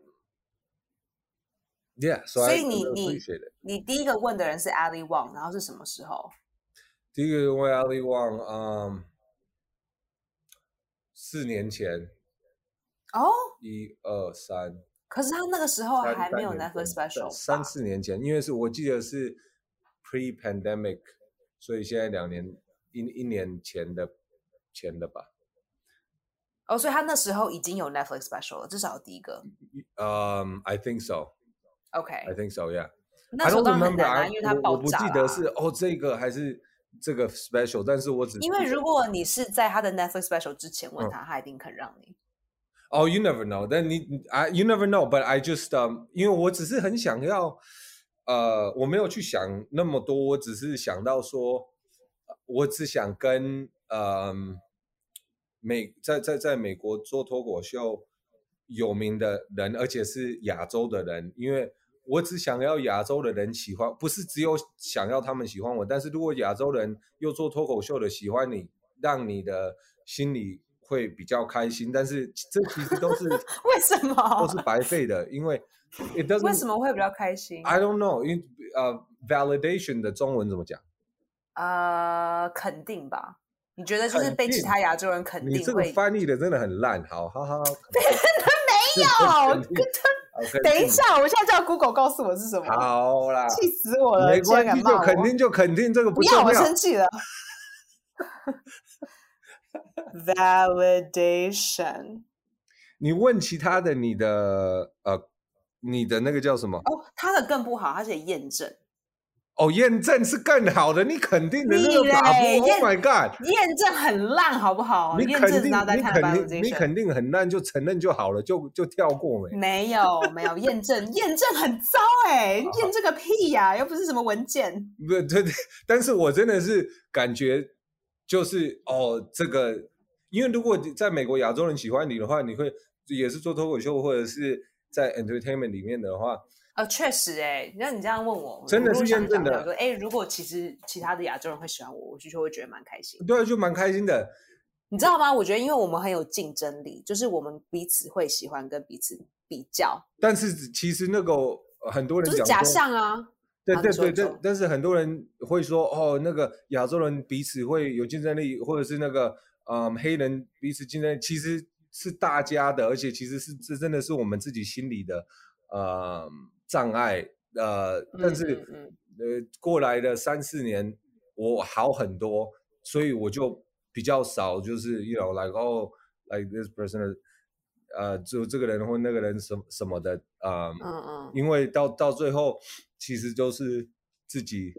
Speaker 2: yeah. So
Speaker 1: 所
Speaker 2: I
Speaker 1: 以你
Speaker 2: uh,
Speaker 1: 你
Speaker 2: appreciate it.
Speaker 1: 你第一个问的人是 Ali Wong，然后是什么时候？
Speaker 2: 第一个问 Ali um, Wang，嗯，四年前，
Speaker 1: 哦，
Speaker 2: 一二三，
Speaker 1: 可是他那个时候
Speaker 2: 三
Speaker 1: 哦还没有
Speaker 2: 三年
Speaker 1: Netflix
Speaker 2: 前
Speaker 1: special，吧
Speaker 2: 三四年前，因为是我记得是 pre pandemic，所以现在两年一一年前的前的吧，
Speaker 1: 哦，所以他那时候已经有 Netflix special 了，至少有第一个。
Speaker 2: 嗯、i think so,
Speaker 1: OK，
Speaker 2: I think so, yeah.
Speaker 1: 那时候
Speaker 2: I don't
Speaker 1: 当然很
Speaker 2: remember,
Speaker 1: 难啊，
Speaker 2: I-
Speaker 1: 因为它
Speaker 2: 我
Speaker 1: 爆
Speaker 2: 我不
Speaker 1: 炸
Speaker 2: 记
Speaker 1: 啊啦
Speaker 2: 得是哦这个还是这个 special，但是我嗯只
Speaker 1: 因为如果你是在他的 Netflix special 之前问他，他一定肯让你。
Speaker 2: 哦、y o u never know. Then 你 I you never know, but I just um，因为我只是很想要，呃，我没有去想那么多，我只是想到说，呃我只想跟嗯、美在在在美国做脱口秀有名的人，而且是亚洲的人，因为我只想要亚洲的人喜欢，不是只有想要他们喜欢我，但是如果亚洲人又做脱口秀的喜欢你，让你的心里会比较开心，但是这其实 都是
Speaker 1: 为什
Speaker 2: 都
Speaker 1: 么？
Speaker 2: 是白费的，因为 it doesn't
Speaker 1: 为什么会比较开心？
Speaker 2: I don't know，因为呃、validation 的中文怎么讲？
Speaker 1: 呃，肯定吧？你觉得就是
Speaker 2: 肯
Speaker 1: 被其
Speaker 2: 定
Speaker 1: 他亚洲人肯
Speaker 2: 你
Speaker 1: 定
Speaker 2: 这个
Speaker 1: 会？
Speaker 2: 翻译的真的很烂，好，哈哈。
Speaker 1: 哦
Speaker 2: 肯定
Speaker 1: 跟
Speaker 2: 好肯定
Speaker 1: 等一下，我现在叫 Google 告诉我是什么，
Speaker 2: 好啦，
Speaker 1: 气死我了！
Speaker 2: 没
Speaker 1: 竟
Speaker 2: 关
Speaker 1: 然敢
Speaker 2: 系，
Speaker 1: 骂
Speaker 2: 就
Speaker 1: 我
Speaker 2: 肯定就肯定，这个
Speaker 1: 不
Speaker 2: 不
Speaker 1: 要
Speaker 2: 重
Speaker 1: 我
Speaker 2: 要。
Speaker 1: 生气 了。Validation
Speaker 2: 你问其他的，你的呃，你的那个叫什么？
Speaker 1: 哦，他的更不好，他写验证，
Speaker 2: 哦，验证是更好的，你肯定的那
Speaker 1: 你
Speaker 2: 个打
Speaker 1: 嘞
Speaker 2: 不
Speaker 1: 验
Speaker 2: ，Oh my god！
Speaker 1: 验证很烂，好不好？
Speaker 2: 你
Speaker 1: 哦验
Speaker 2: 肯
Speaker 1: 证
Speaker 2: 定，
Speaker 1: 哪在
Speaker 2: 你
Speaker 1: 看
Speaker 2: 肯定，你
Speaker 1: validation？
Speaker 2: 肯定很烂，就承认就好了，就就跳过没？
Speaker 1: 没有没有验证，验证很糟哎、 验证个屁呀、又不是什么文件。
Speaker 2: 不， 对对，但是我真的是感觉就是哦，这个，因为如果你在美国亚洲人喜欢你的话，你会也是做脱口秀或者是在 entertainment 里面的话，
Speaker 1: 呃，确实哎、那你这样问我，
Speaker 2: 真的
Speaker 1: 我如果
Speaker 2: 是
Speaker 1: 想
Speaker 2: 验证
Speaker 1: 想
Speaker 2: 的
Speaker 1: 想说，哎、如果其实其他的亚洲人会喜欢我，我就会觉得蛮开心。
Speaker 2: 对啊，就蛮开心的。
Speaker 1: 你知道吗？我觉得因为我们很有竞争力，就是我们彼此会喜欢跟彼此比较，
Speaker 2: 但是其实那个呃很多人
Speaker 1: 就
Speaker 2: 讲
Speaker 1: 是假
Speaker 2: 说
Speaker 1: 象啊。
Speaker 2: 对
Speaker 1: 啊你
Speaker 2: 对
Speaker 1: 说
Speaker 2: 对
Speaker 1: 你
Speaker 2: 对
Speaker 1: 说，
Speaker 2: 但是很多人会说哦，那个亚洲人彼此会有竞争力，或者是那个嗯黑人彼此竞争力，其实是大家的，而且其实是这真的是我们自己心里的呃障碍呃，但
Speaker 1: 嗯
Speaker 2: 是、
Speaker 1: 嗯嗯
Speaker 2: 呃过来的三四年我好很多，所以我就比较少就是 you know like oh like this person is- 呃就这个人或那个人什么什么的啊。
Speaker 1: 嗯嗯，
Speaker 2: 因为到到最后，其实都是自己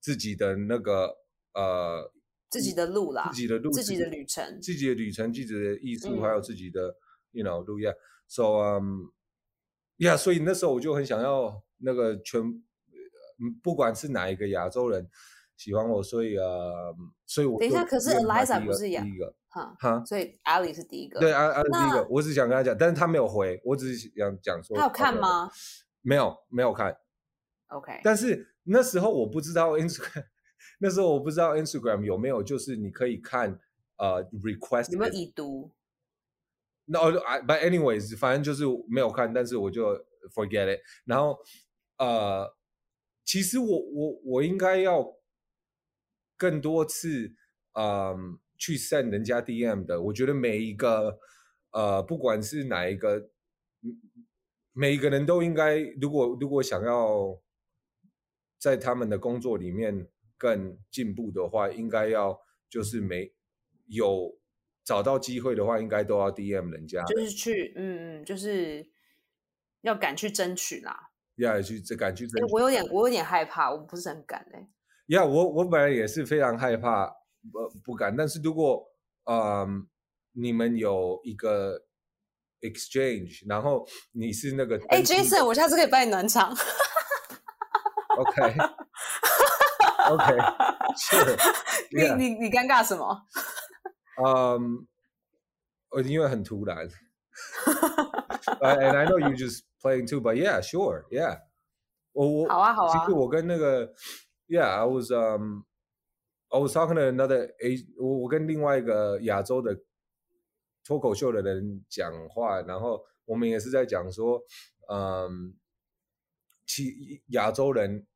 Speaker 2: 自己的那个呃
Speaker 1: 自己的路啦
Speaker 2: 自，己的路、
Speaker 1: 自己的旅程。
Speaker 2: 自己的旅程、自己的艺术，
Speaker 1: 嗯
Speaker 2: 还有自己的 you know 路 yeah。So um yeah，所以那时候我就很想要那个全，嗯不管是哪一个亚洲人喜欢我，所以呃，所以我
Speaker 1: 等一
Speaker 2: 就
Speaker 1: 下可是
Speaker 2: 愿他
Speaker 1: Eliza
Speaker 2: 第一
Speaker 1: 不
Speaker 2: 个
Speaker 1: 是亚
Speaker 2: 第一个
Speaker 1: 哈，
Speaker 2: 哈。
Speaker 1: 所以 Ali 是第一个。
Speaker 2: 对，啊啊，第一
Speaker 1: 那
Speaker 2: 个，我只想跟他讲，但是他没有回，我只是想讲说
Speaker 1: 他有看？
Speaker 2: 哦
Speaker 1: 吗
Speaker 2: 没有，没有看。
Speaker 1: ？OK，
Speaker 2: 但是那时候我不知道 Instagram，那 时候我不知道 Instagram 有没有就是你可以看呃 request
Speaker 1: 有没有已读？
Speaker 2: 那哦，I- but anyways，反正就是没有看，但是我就 forget it。然后呃，其实我我我应该要更多次嗯、去 send 人家 DM 的。我觉得每一个呃，不管是哪一个，嗯每一个人都应该，如果如果想要在他们的工作里面更进步的话，应该要就是没有找到机会的话，应该都要 DM 人家，
Speaker 1: 就是去，嗯嗯，就是要敢去争取啦。
Speaker 2: 要去这敢去争
Speaker 1: 诶
Speaker 2: 取。
Speaker 1: 我有点，我有点害怕，我不是很敢哎、
Speaker 2: 呀、我我本来也是非常害怕，不不敢。但是如果嗯，你们有一个 exchange，然后你是那个
Speaker 1: 哎、
Speaker 2: 登
Speaker 1: j
Speaker 2: 记
Speaker 1: a s o n 我下次可以帮你 暖场。
Speaker 2: OK OK sure
Speaker 1: 你
Speaker 2: yeah
Speaker 1: 你你尴尬什么？
Speaker 2: um 呃因为很突然 Uh, and I know you just playing too but yeah sure yeah 我我
Speaker 1: 好啊好
Speaker 2: 其
Speaker 1: 啊
Speaker 2: 实我跟那个 yeah I was um I was talking to another A 我我跟另外一个亚洲的脱口秀的人讲话，然后我们也是在讲说嗯其亚洲人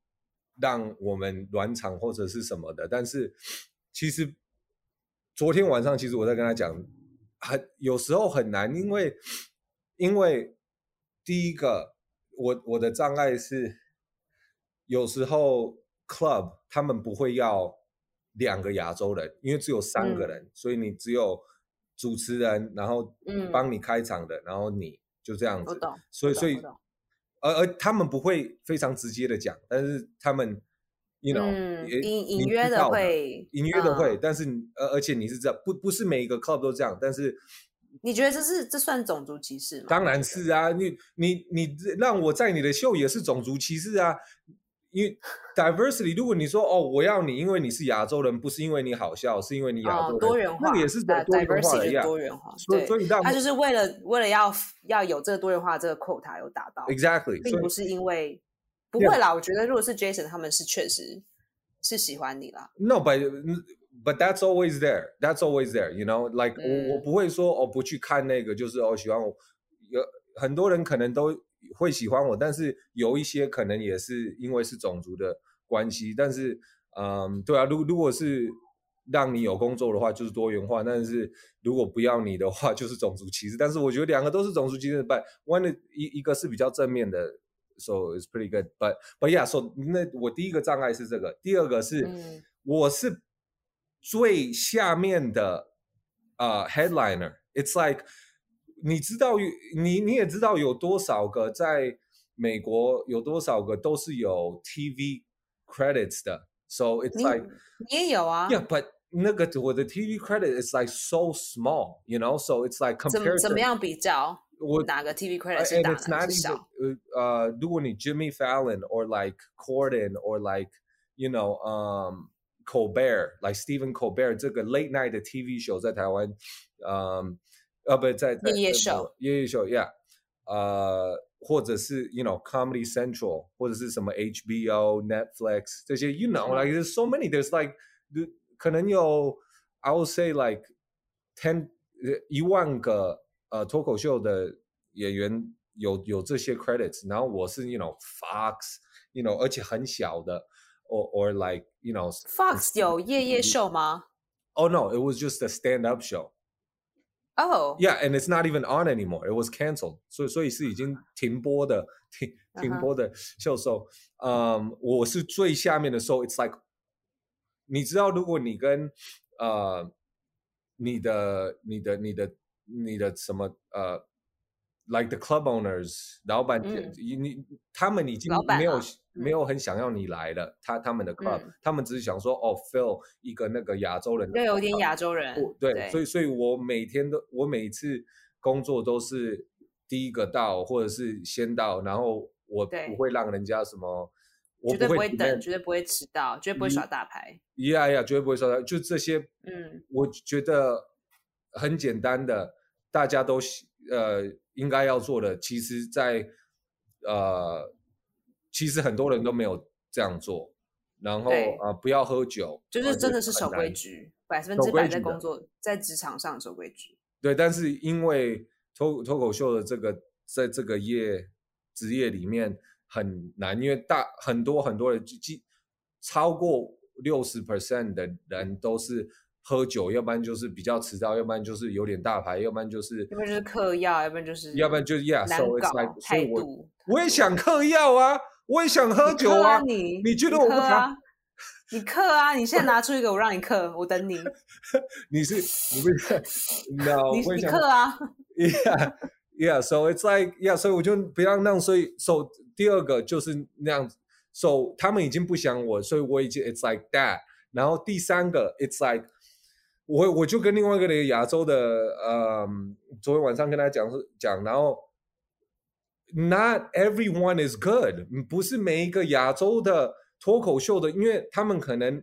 Speaker 2: 让我们暖场或者是什么的，但是其实昨天晚上其实我在跟他讲，很有时候很难，因为因为第一个我我的障碍是有时候 club 他们不会要两个亚洲人，因为只有三个人，所以你只有主持人，然后
Speaker 1: 嗯
Speaker 2: 帮你开场的，然后你就这样
Speaker 1: 我
Speaker 2: 子。
Speaker 1: 懂，
Speaker 2: 所以，
Speaker 1: 我懂
Speaker 2: 所以
Speaker 1: 我懂，
Speaker 2: 而而他们不会非常直接的讲，但是他们，you know，
Speaker 1: 嗯，
Speaker 2: 也
Speaker 1: 隐
Speaker 2: 你
Speaker 1: 隐
Speaker 2: 知
Speaker 1: 约的
Speaker 2: 道
Speaker 1: 会，
Speaker 2: 隐约的会，
Speaker 1: 嗯
Speaker 2: 但是你而而且你是这样，不不是每一个 club 都这样，但是
Speaker 1: 嗯你觉得这是这算种族歧视吗？
Speaker 2: 当
Speaker 1: 你
Speaker 2: 然
Speaker 1: 觉得，
Speaker 2: 是啊，你你你让我在你的秀也是种族歧视啊，因 为 diversity，如果你说哦我要你，因为你是亚洲人，不是因为你好笑，是因为你亚洲
Speaker 1: 哦
Speaker 2: 人，，
Speaker 1: 多元化
Speaker 2: 啊那个也是多
Speaker 1: 那
Speaker 2: 多元
Speaker 1: diversity
Speaker 2: 化的
Speaker 1: 就是
Speaker 2: 呀。
Speaker 1: 多元化，
Speaker 2: 所以
Speaker 1: 对，
Speaker 2: 所以让
Speaker 1: 他就是为了为了要要有这个多元化的这个 quota 有达到，
Speaker 2: exactly，
Speaker 1: 并
Speaker 2: 所以
Speaker 1: 不是因为不
Speaker 2: Yeah
Speaker 1: 会啦。我觉得如果是 Jason，他们是确实是喜欢你啦。
Speaker 2: No, but but that's always there. That's always there. You know, like、我我
Speaker 1: 嗯
Speaker 2: 不会说哦不去看那个，就是哦喜欢我。有很多人可能都会喜欢我，但是有一些可能也是因为是种族的关系。但是嗯，对啊，如如果是让你有工作的话，就是多元化；但是如果不要你的话，就是种族歧视。但是我觉得两个都是种族歧视，but one is- 一一个是比较正面的。So it's pretty good, but but yeah. So 那我第一个障碍是这个，第二个是、
Speaker 1: 嗯
Speaker 2: 我是最下面的呃 headliner。It's like 你知道有你你也知道有多少个在美国有多少个都是有 TV credits 的，so it's
Speaker 1: 你
Speaker 2: like
Speaker 1: 你也有啊？
Speaker 2: yeah, but 那个我的 TV credit is like so small, you know, so it's like
Speaker 1: 怎
Speaker 2: compared
Speaker 1: 么
Speaker 2: to
Speaker 1: 怎么样比较？
Speaker 2: 我
Speaker 1: 哪个 TV
Speaker 2: Uh,
Speaker 1: credit 是
Speaker 2: and
Speaker 1: 大
Speaker 2: it's
Speaker 1: 哪
Speaker 2: not
Speaker 1: 个是
Speaker 2: even
Speaker 1: 小？
Speaker 2: uh, uh doing it Jimmy Fallon or like Corden or like you know um Colbert like Stephen Colbert 这个 late night 的 TV show 在台湾，嗯，呃不在在
Speaker 1: 夜夜
Speaker 2: 在
Speaker 1: 秀
Speaker 2: 夜夜秀 yeah 呃或者是 you know Comedy Central 或者是什么 HBO Netflix 这些 you know
Speaker 1: 嗯
Speaker 2: like there's so many there's like 可能有 I would say like ten 呃一万个呃脱口秀的演员有有这些 credits，然后我是 you know Fox，you know 而且很小的，or or like you know 嗯
Speaker 1: Fox 有夜夜秀吗
Speaker 2: oh no it was just a stand up show
Speaker 1: 哦
Speaker 2: yeah and it's not even on anymore it was canceled 所以所以是已经停播的停停
Speaker 1: 嗯哼
Speaker 2: 播的秀 so 嗯我是最下面的 so it's like 你知道如果你跟呃你的你的你的你的什么呃，like the club owners 老板，
Speaker 1: 嗯
Speaker 2: 你你他们已经
Speaker 1: 老板
Speaker 2: 没有、
Speaker 1: 啊
Speaker 2: 没有很想要你来了，他他们的 club，、
Speaker 1: 嗯
Speaker 2: 他们只是想说哦，fill 一个那个亚洲人的
Speaker 1: 又有点
Speaker 2: club
Speaker 1: 亚洲人
Speaker 2: 我，对，所以所以我每天都，我每次工作都是第一个到，或者是先到，然后我不
Speaker 1: 对
Speaker 2: 会让人家什么，我
Speaker 1: 绝对
Speaker 2: 不
Speaker 1: 不
Speaker 2: 会嗯
Speaker 1: 会等，
Speaker 2: demand，
Speaker 1: 绝对不会迟到，绝对不会
Speaker 2: 你
Speaker 1: 耍大牌。
Speaker 2: 呀呀，绝对不会说，就这些，
Speaker 1: 嗯，
Speaker 2: 我觉得很简单的，大家都喜呃应该要做的，其实在，呃，其实很多人都没有这样做，然后
Speaker 1: 对
Speaker 2: 啊、呃不要喝酒，
Speaker 1: 就
Speaker 2: 呃
Speaker 1: 是真的是
Speaker 2: 很
Speaker 1: 守规
Speaker 2: 难
Speaker 1: 矩，百分
Speaker 2: 守
Speaker 1: 之
Speaker 2: 规
Speaker 1: 百在
Speaker 2: 矩的
Speaker 1: 工作在职场上守规矩。
Speaker 2: 对，但是因为脱脱口秀的这个在这个业职业里面很难，因为大很多很多人就几超过六十 percent 的人都是喝酒，要不然就是比较迟到，要不然就是有点大牌，要不然就是
Speaker 1: 要不然就是嗑药，要不然就是
Speaker 2: 要不然就 yeah，
Speaker 1: 难
Speaker 2: so it's
Speaker 1: 搞
Speaker 2: like，所
Speaker 1: 态
Speaker 2: 以我
Speaker 1: 度。
Speaker 2: 我也想嗑药啊，我也想喝
Speaker 1: 你
Speaker 2: 酒
Speaker 1: 嗑
Speaker 2: 啊，
Speaker 1: 你
Speaker 2: 你觉得我不
Speaker 1: 嗑
Speaker 2: 谈
Speaker 1: 啊？你嗑啊！你现在拿出一个，我让你嗑，我等你。
Speaker 2: 你是你不 是 no，
Speaker 1: 你
Speaker 2: 我也
Speaker 1: 你
Speaker 2: 想
Speaker 1: 嗑啊！
Speaker 2: yeah, yeah. So it's like yeah. 所以我就不要那样，所以 so 第二个就是那样子。So 他们已经不想我，所以我已经 it's like that。然后第三个 it's like 我我就跟另外一个的亚洲的呃，昨天晚上跟他讲讲，然后 not everyone is good，不是每一个亚洲的脱口秀的，因为他们可能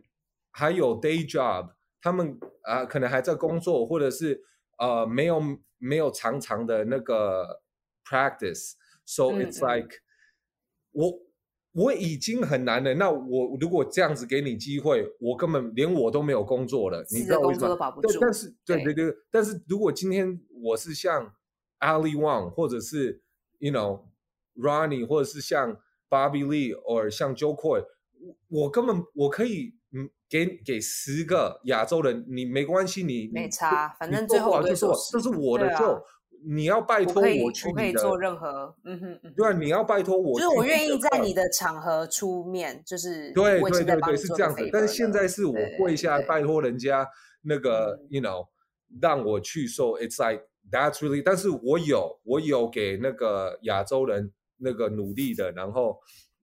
Speaker 2: 还有 day job，他们啊、呃可能还在工作，或者是呃没有没有常常的那个 practice，so
Speaker 1: 嗯
Speaker 2: it's
Speaker 1: 嗯
Speaker 2: like、我我已经很难了，那我如果这样子给你机会，我根本连我都没有工作了，
Speaker 1: 自
Speaker 2: 你
Speaker 1: 己
Speaker 2: 知道
Speaker 1: 的
Speaker 2: 为什
Speaker 1: 工作
Speaker 2: 么
Speaker 1: 都？保不
Speaker 2: 对
Speaker 1: 住，
Speaker 2: 但是对对
Speaker 1: 对
Speaker 2: 对，但是如果今天我是像 Ali Wong，或者是 you know Ronnie，或者是像 Bobby Lee，或像 Joe Coy，我我根本我可以嗯给给十个亚洲人，你没关系，你
Speaker 1: 没
Speaker 2: 你
Speaker 1: 差，反
Speaker 2: 你
Speaker 1: 正
Speaker 2: 做
Speaker 1: 最
Speaker 2: 不
Speaker 1: 后
Speaker 2: 好
Speaker 1: 我
Speaker 2: 就
Speaker 1: 对
Speaker 2: 是
Speaker 1: 手
Speaker 2: 我，这是我的
Speaker 1: 对啊
Speaker 2: 秀，你要拜
Speaker 1: 我
Speaker 2: 托
Speaker 1: 可以
Speaker 2: 我去
Speaker 1: 可
Speaker 2: 你
Speaker 1: 以
Speaker 2: 的，
Speaker 1: 做任何，嗯哼嗯哼，
Speaker 2: 对啊，你要拜托我去
Speaker 1: 就是
Speaker 2: 的话，
Speaker 1: 我愿意在你的场合出面，就是
Speaker 2: 对
Speaker 1: 我已
Speaker 2: 对
Speaker 1: 经在
Speaker 2: 对
Speaker 1: 帮
Speaker 2: 对
Speaker 1: 你
Speaker 2: 是
Speaker 1: 做
Speaker 2: 这样
Speaker 1: 个
Speaker 2: 子
Speaker 1: favor，
Speaker 2: 但是现
Speaker 1: 了
Speaker 2: 在是我
Speaker 1: 对
Speaker 2: 跪下来
Speaker 1: 对
Speaker 2: 拜托人家那个
Speaker 1: 嗯
Speaker 2: ，you know，让我去，so it's like that's really，但是我有我有给那个亚洲人那个努力的，然后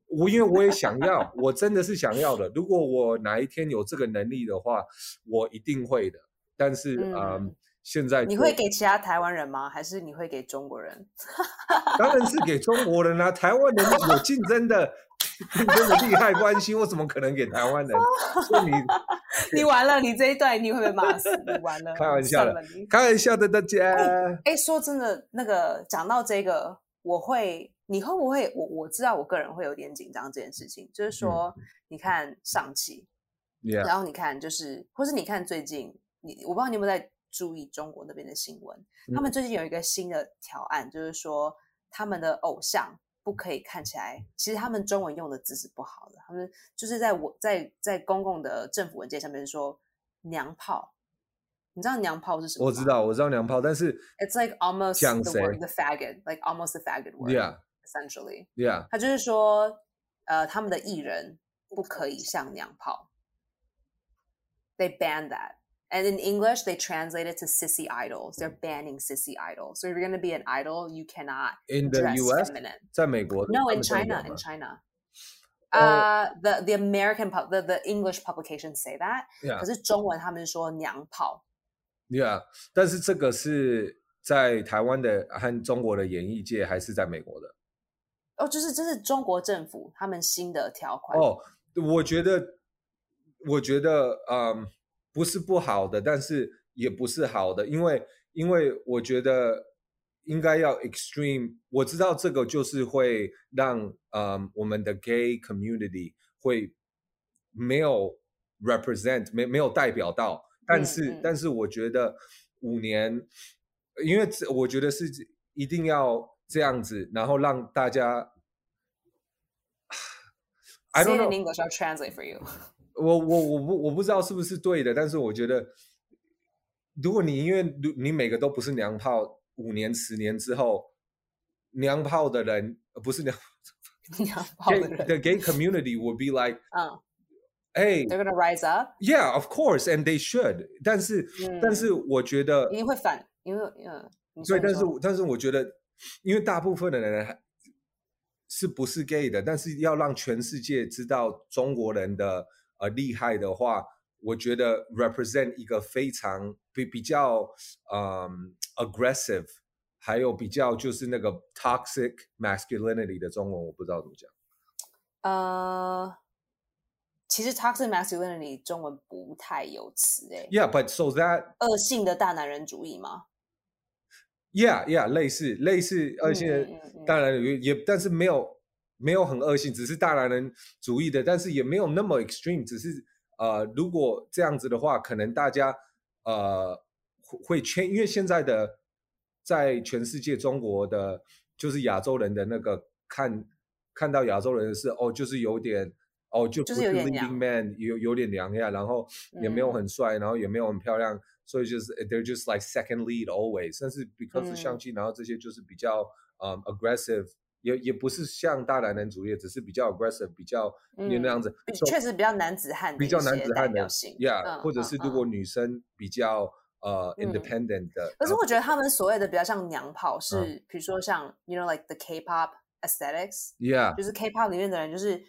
Speaker 2: 我因为我也想要，我真的是想要的。如果我哪一天有这个能力的话，我一定会的。但是嗯、
Speaker 1: 嗯
Speaker 2: 现在
Speaker 1: 你
Speaker 2: 做
Speaker 1: 会给其他台湾人吗？还是你会给中国人？
Speaker 2: 当然是给中国人啦、台湾人有竞争的 竞争的利害关系，我怎么可能给台湾人？所以你。
Speaker 1: 你完了，你这一段一定会被骂死，你完了，
Speaker 2: 开玩笑
Speaker 1: 算
Speaker 2: 的
Speaker 1: 了你
Speaker 2: 开玩笑的，大家。
Speaker 1: 哎，说真的，那个讲到这个，我会，你会不会？我我知道，我个人会有点紧张这件事情，
Speaker 2: 嗯
Speaker 1: 就是说，你看上期，
Speaker 2: Yeah，
Speaker 1: 然后你看就是，或是你看最近，你我不知道你有没有在注意中国那边的新闻，他
Speaker 2: 嗯
Speaker 1: 们最近有一个新的条案，就是说他们的偶像。不可以看起来，其实他们中文用的字是不好的，他们就是在我在在公共的政府文件上面说“娘炮”，你知道“娘炮”是什么吗？
Speaker 2: 我知道，我知道娘炮，但是
Speaker 1: It's like almost
Speaker 2: 讲
Speaker 1: the
Speaker 2: 谁
Speaker 1: word, the faggot, like almost the faggot word,
Speaker 2: Yeah.
Speaker 1: essentially.
Speaker 2: yeah，
Speaker 1: 他就是说，呃，他们的艺人不可以像娘炮。They ban that. And in English, they translate it to sissy idols. They're banning sissy idols. So if you're going to be an idol, you cannot
Speaker 2: in the
Speaker 1: dress
Speaker 2: U.S.
Speaker 1: feminine.
Speaker 2: 在美国
Speaker 1: No,
Speaker 2: 他
Speaker 1: in
Speaker 2: 们这样
Speaker 1: China,
Speaker 2: 讲
Speaker 1: in
Speaker 2: 吗
Speaker 1: China.
Speaker 2: Oh.
Speaker 1: Uh, the the American pub, the, the English publications say that. 可
Speaker 2: Yeah,
Speaker 1: 是中文他们说娘炮。
Speaker 2: yeah，但是这个是在台湾的和中国的演艺界，还是在美国的？
Speaker 1: 哦，就是这是中国政府他们新的条款。
Speaker 2: 哦，我觉得，我觉得，嗯，不是不好的，但是也不是好的，因为，因为我觉得应该要 extreme。我知道这个就是会让，嗯，我们的 gay community 会没有 represent，没没有代表到。但
Speaker 1: 嗯
Speaker 2: 是，
Speaker 1: 嗯
Speaker 2: 但是我觉得五年，因为这我觉得是一定要这样子，然后让大家。I
Speaker 1: Say
Speaker 2: don't
Speaker 1: it in
Speaker 2: know.
Speaker 1: English. I'll translate for you.
Speaker 2: 我我我不我不知道是不是对的，但是我觉得，如果你因为如你每个都不是娘炮，五年十年之后，娘炮的人呃不是娘
Speaker 1: 好
Speaker 2: gay
Speaker 1: 的人
Speaker 2: the gay community would be like，
Speaker 1: 嗯
Speaker 2: 哎、
Speaker 1: ，They're gonna rise up，
Speaker 2: y e a h of course，and they should，但是、但
Speaker 1: 嗯
Speaker 2: 是我觉得
Speaker 1: 一定会反，因为嗯，你
Speaker 2: 对，
Speaker 1: 说你
Speaker 2: 但
Speaker 1: 说
Speaker 2: 是我但是我觉得，因为大部分的人还是不是 gay 的，但是要让全世界知道中国人的呃厉害的话，我觉得 represent 一个非常比比较嗯 aggressive，还有比较就是那个 toxic masculinity 的中文，我不知道怎么讲。
Speaker 1: 呃，其实 toxic masculinity 中文不太有词诶，
Speaker 2: Yeah，but so that
Speaker 1: 恶性的大男人主义吗？
Speaker 2: Yeah, yeah，类似类似，而
Speaker 1: 嗯
Speaker 2: 且
Speaker 1: 嗯嗯
Speaker 2: 当然也也，但是没有没有很恶性，只是大男人主义的，但是也没有那么 extreme，只是呃，如果这样子的话，可能大家呃会会圈，因为现在的在全世界中国的，就是亚洲人的那个看看到亚洲人是哦，就是有点哦，就
Speaker 1: 就
Speaker 2: 不
Speaker 1: 是
Speaker 2: 是
Speaker 1: 有点
Speaker 2: leading
Speaker 1: 娘
Speaker 2: man，有有点娘呀，然后也没有
Speaker 1: 嗯
Speaker 2: 很帅，然后也没有很漂亮，所以就是 they're just like second lead always。但是 because 是
Speaker 1: 嗯
Speaker 2: 相亲，然后这些就是比较嗯、aggressive，也也不是像大男人主义，只是比较 aggressive，比较也那样子。
Speaker 1: 比
Speaker 2: So-
Speaker 1: 确实比较男子汉的
Speaker 2: 比
Speaker 1: 一
Speaker 2: 较男
Speaker 1: 些
Speaker 2: 子
Speaker 1: 代
Speaker 2: 汉
Speaker 1: 表
Speaker 2: 的
Speaker 1: 性
Speaker 2: ，Yeah，
Speaker 1: 嗯
Speaker 2: 或者
Speaker 1: 嗯
Speaker 2: 是如
Speaker 1: 嗯
Speaker 2: 果女生比较呃
Speaker 1: 嗯
Speaker 2: independent 的，呃
Speaker 1: 可是
Speaker 2: 然后
Speaker 1: 我觉得他们所谓的比较像娘
Speaker 2: 嗯
Speaker 1: 炮是，比如说像 you know like the K-pop aesthetics，
Speaker 2: Yeah，
Speaker 1: 就是 K-pop 里面的人，就是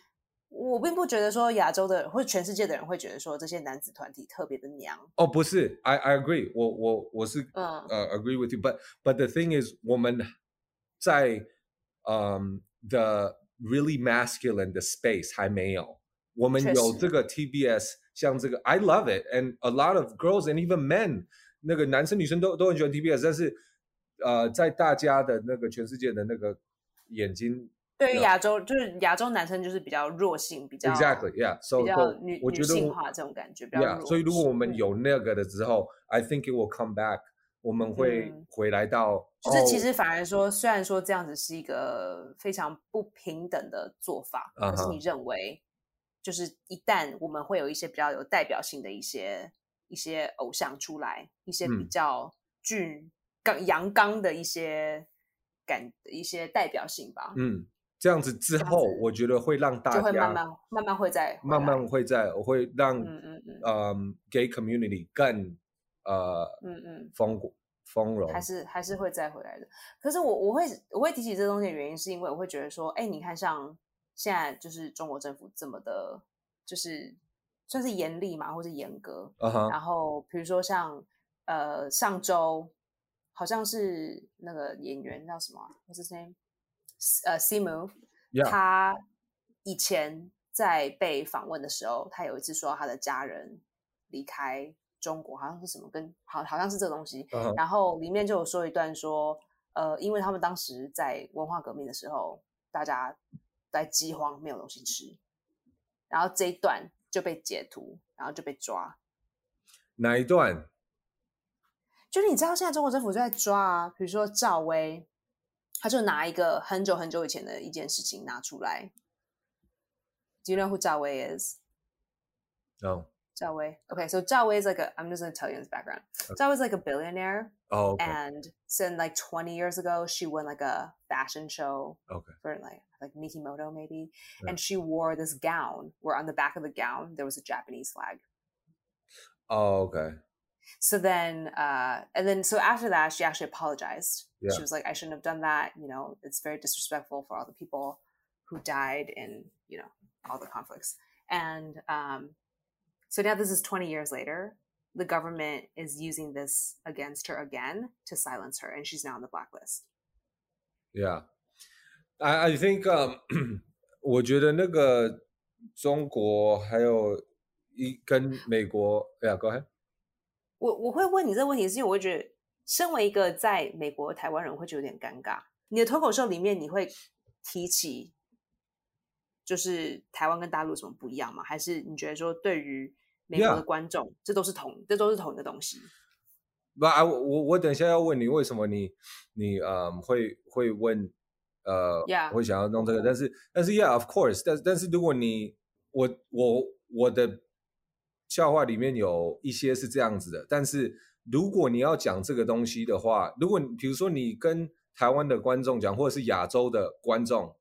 Speaker 1: 我并不觉得说亚洲的或者全世界的人会觉得说这些男子团体特别的娘。
Speaker 2: 哦不是，I I agree，我我我是
Speaker 1: 嗯
Speaker 2: 呃、agree uh, with you，but but the thing is，我们在嗯、the really masculine 的 space 还没有，我们
Speaker 1: 确
Speaker 2: 有
Speaker 1: 实
Speaker 2: 这个 TBS，像这个 I love it and a lot of girls and even men，那个男生女生都都很喜欢 TBS，但是呃在大家的那个全世界的那个眼睛
Speaker 1: 对于
Speaker 2: 了
Speaker 1: 亚洲，就是亚洲男生就是比较弱性，比较
Speaker 2: Exactly, yeah. So,
Speaker 1: 比较
Speaker 2: so
Speaker 1: 女
Speaker 2: 我
Speaker 1: 女
Speaker 2: 觉得
Speaker 1: 性
Speaker 2: 我
Speaker 1: 化这种感觉，比较
Speaker 2: yeah.
Speaker 1: 弱势。
Speaker 2: 所以如果我们
Speaker 1: 嗯
Speaker 2: 有那个的之后、i think it will come back. 我们会
Speaker 1: 嗯
Speaker 2: 回来到，
Speaker 1: 就是其
Speaker 2: 哦
Speaker 1: 实反而说，虽然说这样子是一个非常不平等的做法，可
Speaker 2: 啊
Speaker 1: 是
Speaker 2: 哈
Speaker 1: 你认为，就是一旦我们会有一些比较有代表性的一些一些偶像出来，一些比
Speaker 2: 嗯
Speaker 1: 较具刚阳刚的一些感一些代表性吧，
Speaker 2: 嗯，这样子之
Speaker 1: 这样
Speaker 2: 后
Speaker 1: 子，
Speaker 2: 我觉得会让大
Speaker 1: 就
Speaker 2: 家
Speaker 1: 会慢慢慢慢会再回
Speaker 2: 慢
Speaker 1: 来
Speaker 2: 慢会在我会让
Speaker 1: 嗯嗯嗯
Speaker 2: 嗯 gay community 更呃
Speaker 1: 嗯嗯，
Speaker 2: 丰丰容，
Speaker 1: 还是还是会再回来的。可是我我会我会提起这东西的原因，是因为我会觉得说，哎，你看像现在就是中国政府这么的，就是算是严厉嘛，或是严格，
Speaker 2: 啊哈
Speaker 1: 然后比如说像呃上周好像是那个演员叫什么啊，what's his name？呃，Simu，
Speaker 2: ，yeah，
Speaker 1: 他以前在被访问的时候，他有一次说他的家人离开中国，好像是什么跟好好像是这个东西，
Speaker 2: 嗯哼
Speaker 1: 然后里面就有说一段说，呃，因为他们当时在文化革命的时候，大家在饥荒，没有东西吃，然后这一段就被截图，然后就被抓，
Speaker 2: 哪一段？
Speaker 1: 就是你知道现在中国政府就在抓啊，比如说赵薇，他就拿一个很久很久以前的一件事情拿出来。Do you know who 赵薇 is？
Speaker 2: 哦
Speaker 1: 赵薇，OK，so、赵薇 is like a I'm just gonna tell you his background. 赵薇 is like a billionaire,
Speaker 2: 哦，OK
Speaker 1: and since like 20 years ago, she won like a fashion show
Speaker 2: OK，
Speaker 1: for like like Mikimoto maybe,
Speaker 2: Yeah.
Speaker 1: and she wore this gown where on the back of the gown there was a Japanese flag.
Speaker 2: 哦 OK，
Speaker 1: So then, uh, and then, so after that, she actually apologized.
Speaker 2: Yeah.
Speaker 1: She was like, I shouldn't have done that. You know, it's very disrespectful for all the people who died in, you know, all the conflicts. And um, so now this is 20 years later. The government is using this against her again to silence her, and she's now on the blacklist.
Speaker 2: Yeah, I I think um，我 觉得那个中国还有一跟美国，Yeah, go ahead.
Speaker 1: 我我会问你这个问题，是因为我会觉得，身为一个在美国的台湾人，我会觉得有点尴尬。你的脱口秀里面，你会提起就是台湾跟大陆有什么不一样吗？还是你觉得说，对于美国
Speaker 2: Yeah.
Speaker 1: 的观众这都是同这都是同一个东西？
Speaker 2: 不啊，我我我等一下要问你为什么你你呃会会问呃
Speaker 1: Yeah.
Speaker 2: 会想要弄这个，但是但是 yeah of course，但但是如果你我我我的笑话里面有一些是这样子的，但是如果你要讲这个东西的话，如果你比如说你跟台湾的观众讲，或者是亚洲的观众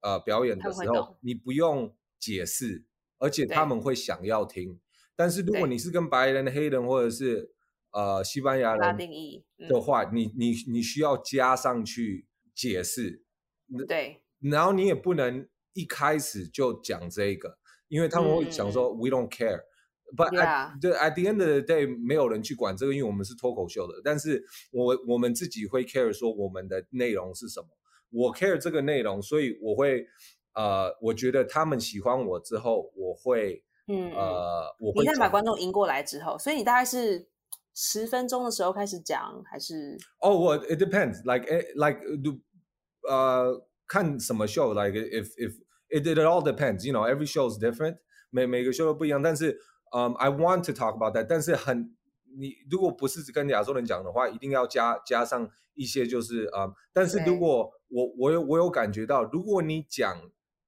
Speaker 2: 呃表演
Speaker 1: 他
Speaker 2: 的
Speaker 1: 们
Speaker 2: 时
Speaker 1: 会
Speaker 2: 候
Speaker 1: 懂，
Speaker 2: 你不用解释，而且他
Speaker 1: 对
Speaker 2: 们会想要听。但是如果
Speaker 1: 对
Speaker 2: 你是跟白人、黑人或者是呃西班牙
Speaker 1: 拉
Speaker 2: 人
Speaker 1: 丁裔，嗯，
Speaker 2: 的话，你你你需要加上去解释，嗯
Speaker 1: 对
Speaker 2: 然后你也不能一开始就讲这个，因为他们会
Speaker 1: 嗯
Speaker 2: 想说 we don't care。But at, the- at the end of the day，没有人去管这个，因为我们是脱口秀的。但是我我们自己会 care 说我们的内容是什么，我 care 这个内容，所以我会呃，我觉得他们喜欢我之后，我会
Speaker 1: 嗯，嗯
Speaker 2: 呃，我
Speaker 1: 你
Speaker 2: 会
Speaker 1: 在把
Speaker 2: 讲
Speaker 1: 观众赢过来之后，所以你大概是十分钟的时候开始讲，还是
Speaker 2: 哦，我 Oh, it depends like eh, like do 呃看什么 show like if if it it all depends you know every show is different 每每个 show 都不一样，但是嗯、I want to talk about that，但是很你如果不是只跟亚洲人讲的话，一定要加加上一些就是啊、嗯但是如
Speaker 1: 对
Speaker 2: 果我我有我有感觉到，如果你讲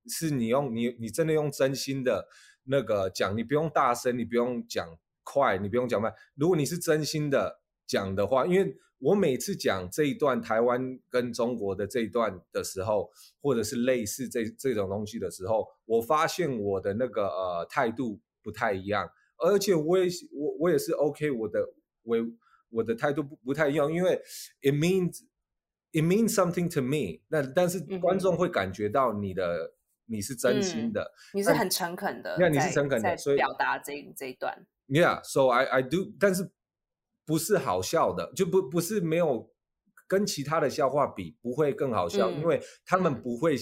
Speaker 2: 是你用你你真的用真心的那个讲，你不用大声，你不用讲快，你不用讲慢。如果你是真心的讲的话，因为我每次讲这一段台湾跟中国的这一段的时候，或者是类似这这种东西的时候，我发现我的那个呃态度不太一样，而且我也是我我也是 OK 我的我我的态度不不太一样，因为 it means it means something to me 那。但是
Speaker 1: 嗯哼
Speaker 2: 观众会感觉到你的、你是真心
Speaker 1: 嗯
Speaker 2: 的、
Speaker 1: 你是很诚恳的
Speaker 2: 那
Speaker 1: 在？
Speaker 2: 你是诚恳的
Speaker 1: 在
Speaker 2: 所以
Speaker 1: 表达这一这一段。
Speaker 2: y e a h So I I do，但是不是好笑的，就不不是没有跟其他的笑话比不会更好笑，因
Speaker 1: 嗯
Speaker 2: 为他们
Speaker 1: 嗯
Speaker 2: 不会、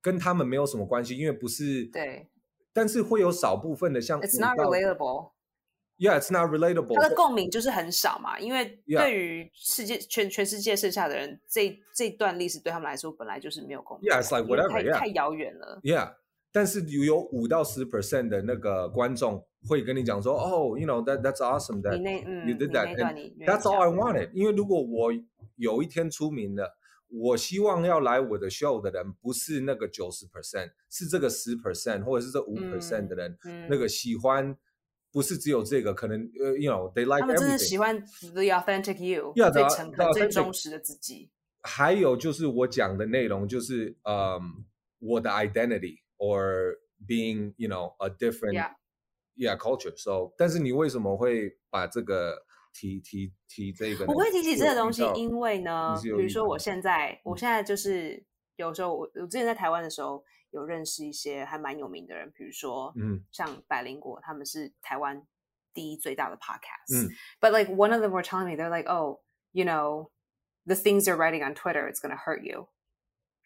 Speaker 2: 跟他们没有什么关系，因为不是。
Speaker 1: 对
Speaker 2: 但是会有少部分的像
Speaker 1: ，It's not
Speaker 2: 舞蹈
Speaker 1: relatable。
Speaker 2: Yeah，it's not relatable。
Speaker 1: 它的共鸣就是很少嘛，因为
Speaker 2: Yeah.
Speaker 1: 对于世界全全世界剩下的人，这这段历史对他们来说本来就是没有共鸣
Speaker 2: Yeah,
Speaker 1: 感。
Speaker 2: it's like
Speaker 1: 因为
Speaker 2: whatever,
Speaker 1: 太
Speaker 2: yeah.
Speaker 1: 太遥远了。
Speaker 2: Yeah，但是有有五到十 percent 的那个观众会跟你讲说，哦、y o u know that that's awesome
Speaker 1: 你
Speaker 2: that
Speaker 1: 那嗯，你
Speaker 2: did that
Speaker 1: 那段你
Speaker 2: that's all I
Speaker 1: 愿意
Speaker 2: wanted。因为如果我有一天出名了，我希望要来我的 show 的人不是那个九十 percent，是这个十 percent 或者是这五 percent
Speaker 1: 嗯
Speaker 2: 的人，
Speaker 1: 讲嗯
Speaker 2: 那个喜欢不是只有这个，可能呃，you know，they
Speaker 1: 他
Speaker 2: like
Speaker 1: 们真的喜
Speaker 2: everything。
Speaker 1: 欢 the authentic you，
Speaker 2: Yeah, the-
Speaker 1: 最诚
Speaker 2: the
Speaker 1: 恳、最
Speaker 2: authentic-
Speaker 1: 忠实的自己。
Speaker 2: 还有就是我讲的内容，就是嗯我的 identity or being you know a different
Speaker 1: Yeah.
Speaker 2: yeah culture。So，但是你为什么会把这个提提提这个呢？
Speaker 1: 我会提起
Speaker 2: 是
Speaker 1: 这
Speaker 2: 有
Speaker 1: 个东
Speaker 2: 遇
Speaker 1: 西
Speaker 2: 到，
Speaker 1: 因为呢，
Speaker 2: 是
Speaker 1: 比
Speaker 2: 有
Speaker 1: 如
Speaker 2: 遇
Speaker 1: 说
Speaker 2: 到的
Speaker 1: 我现在，我
Speaker 2: 嗯
Speaker 1: 现在就是有时候我我之前在台湾的时候，有认识一些还蛮有名的人，比如说
Speaker 2: 嗯
Speaker 1: 像百灵果，他们是台湾第一最大的 podcast，、
Speaker 2: 嗯
Speaker 1: But like one of them were telling me, they're like, oh, you know, the things you're writing on Twitter, it's going to hurt you.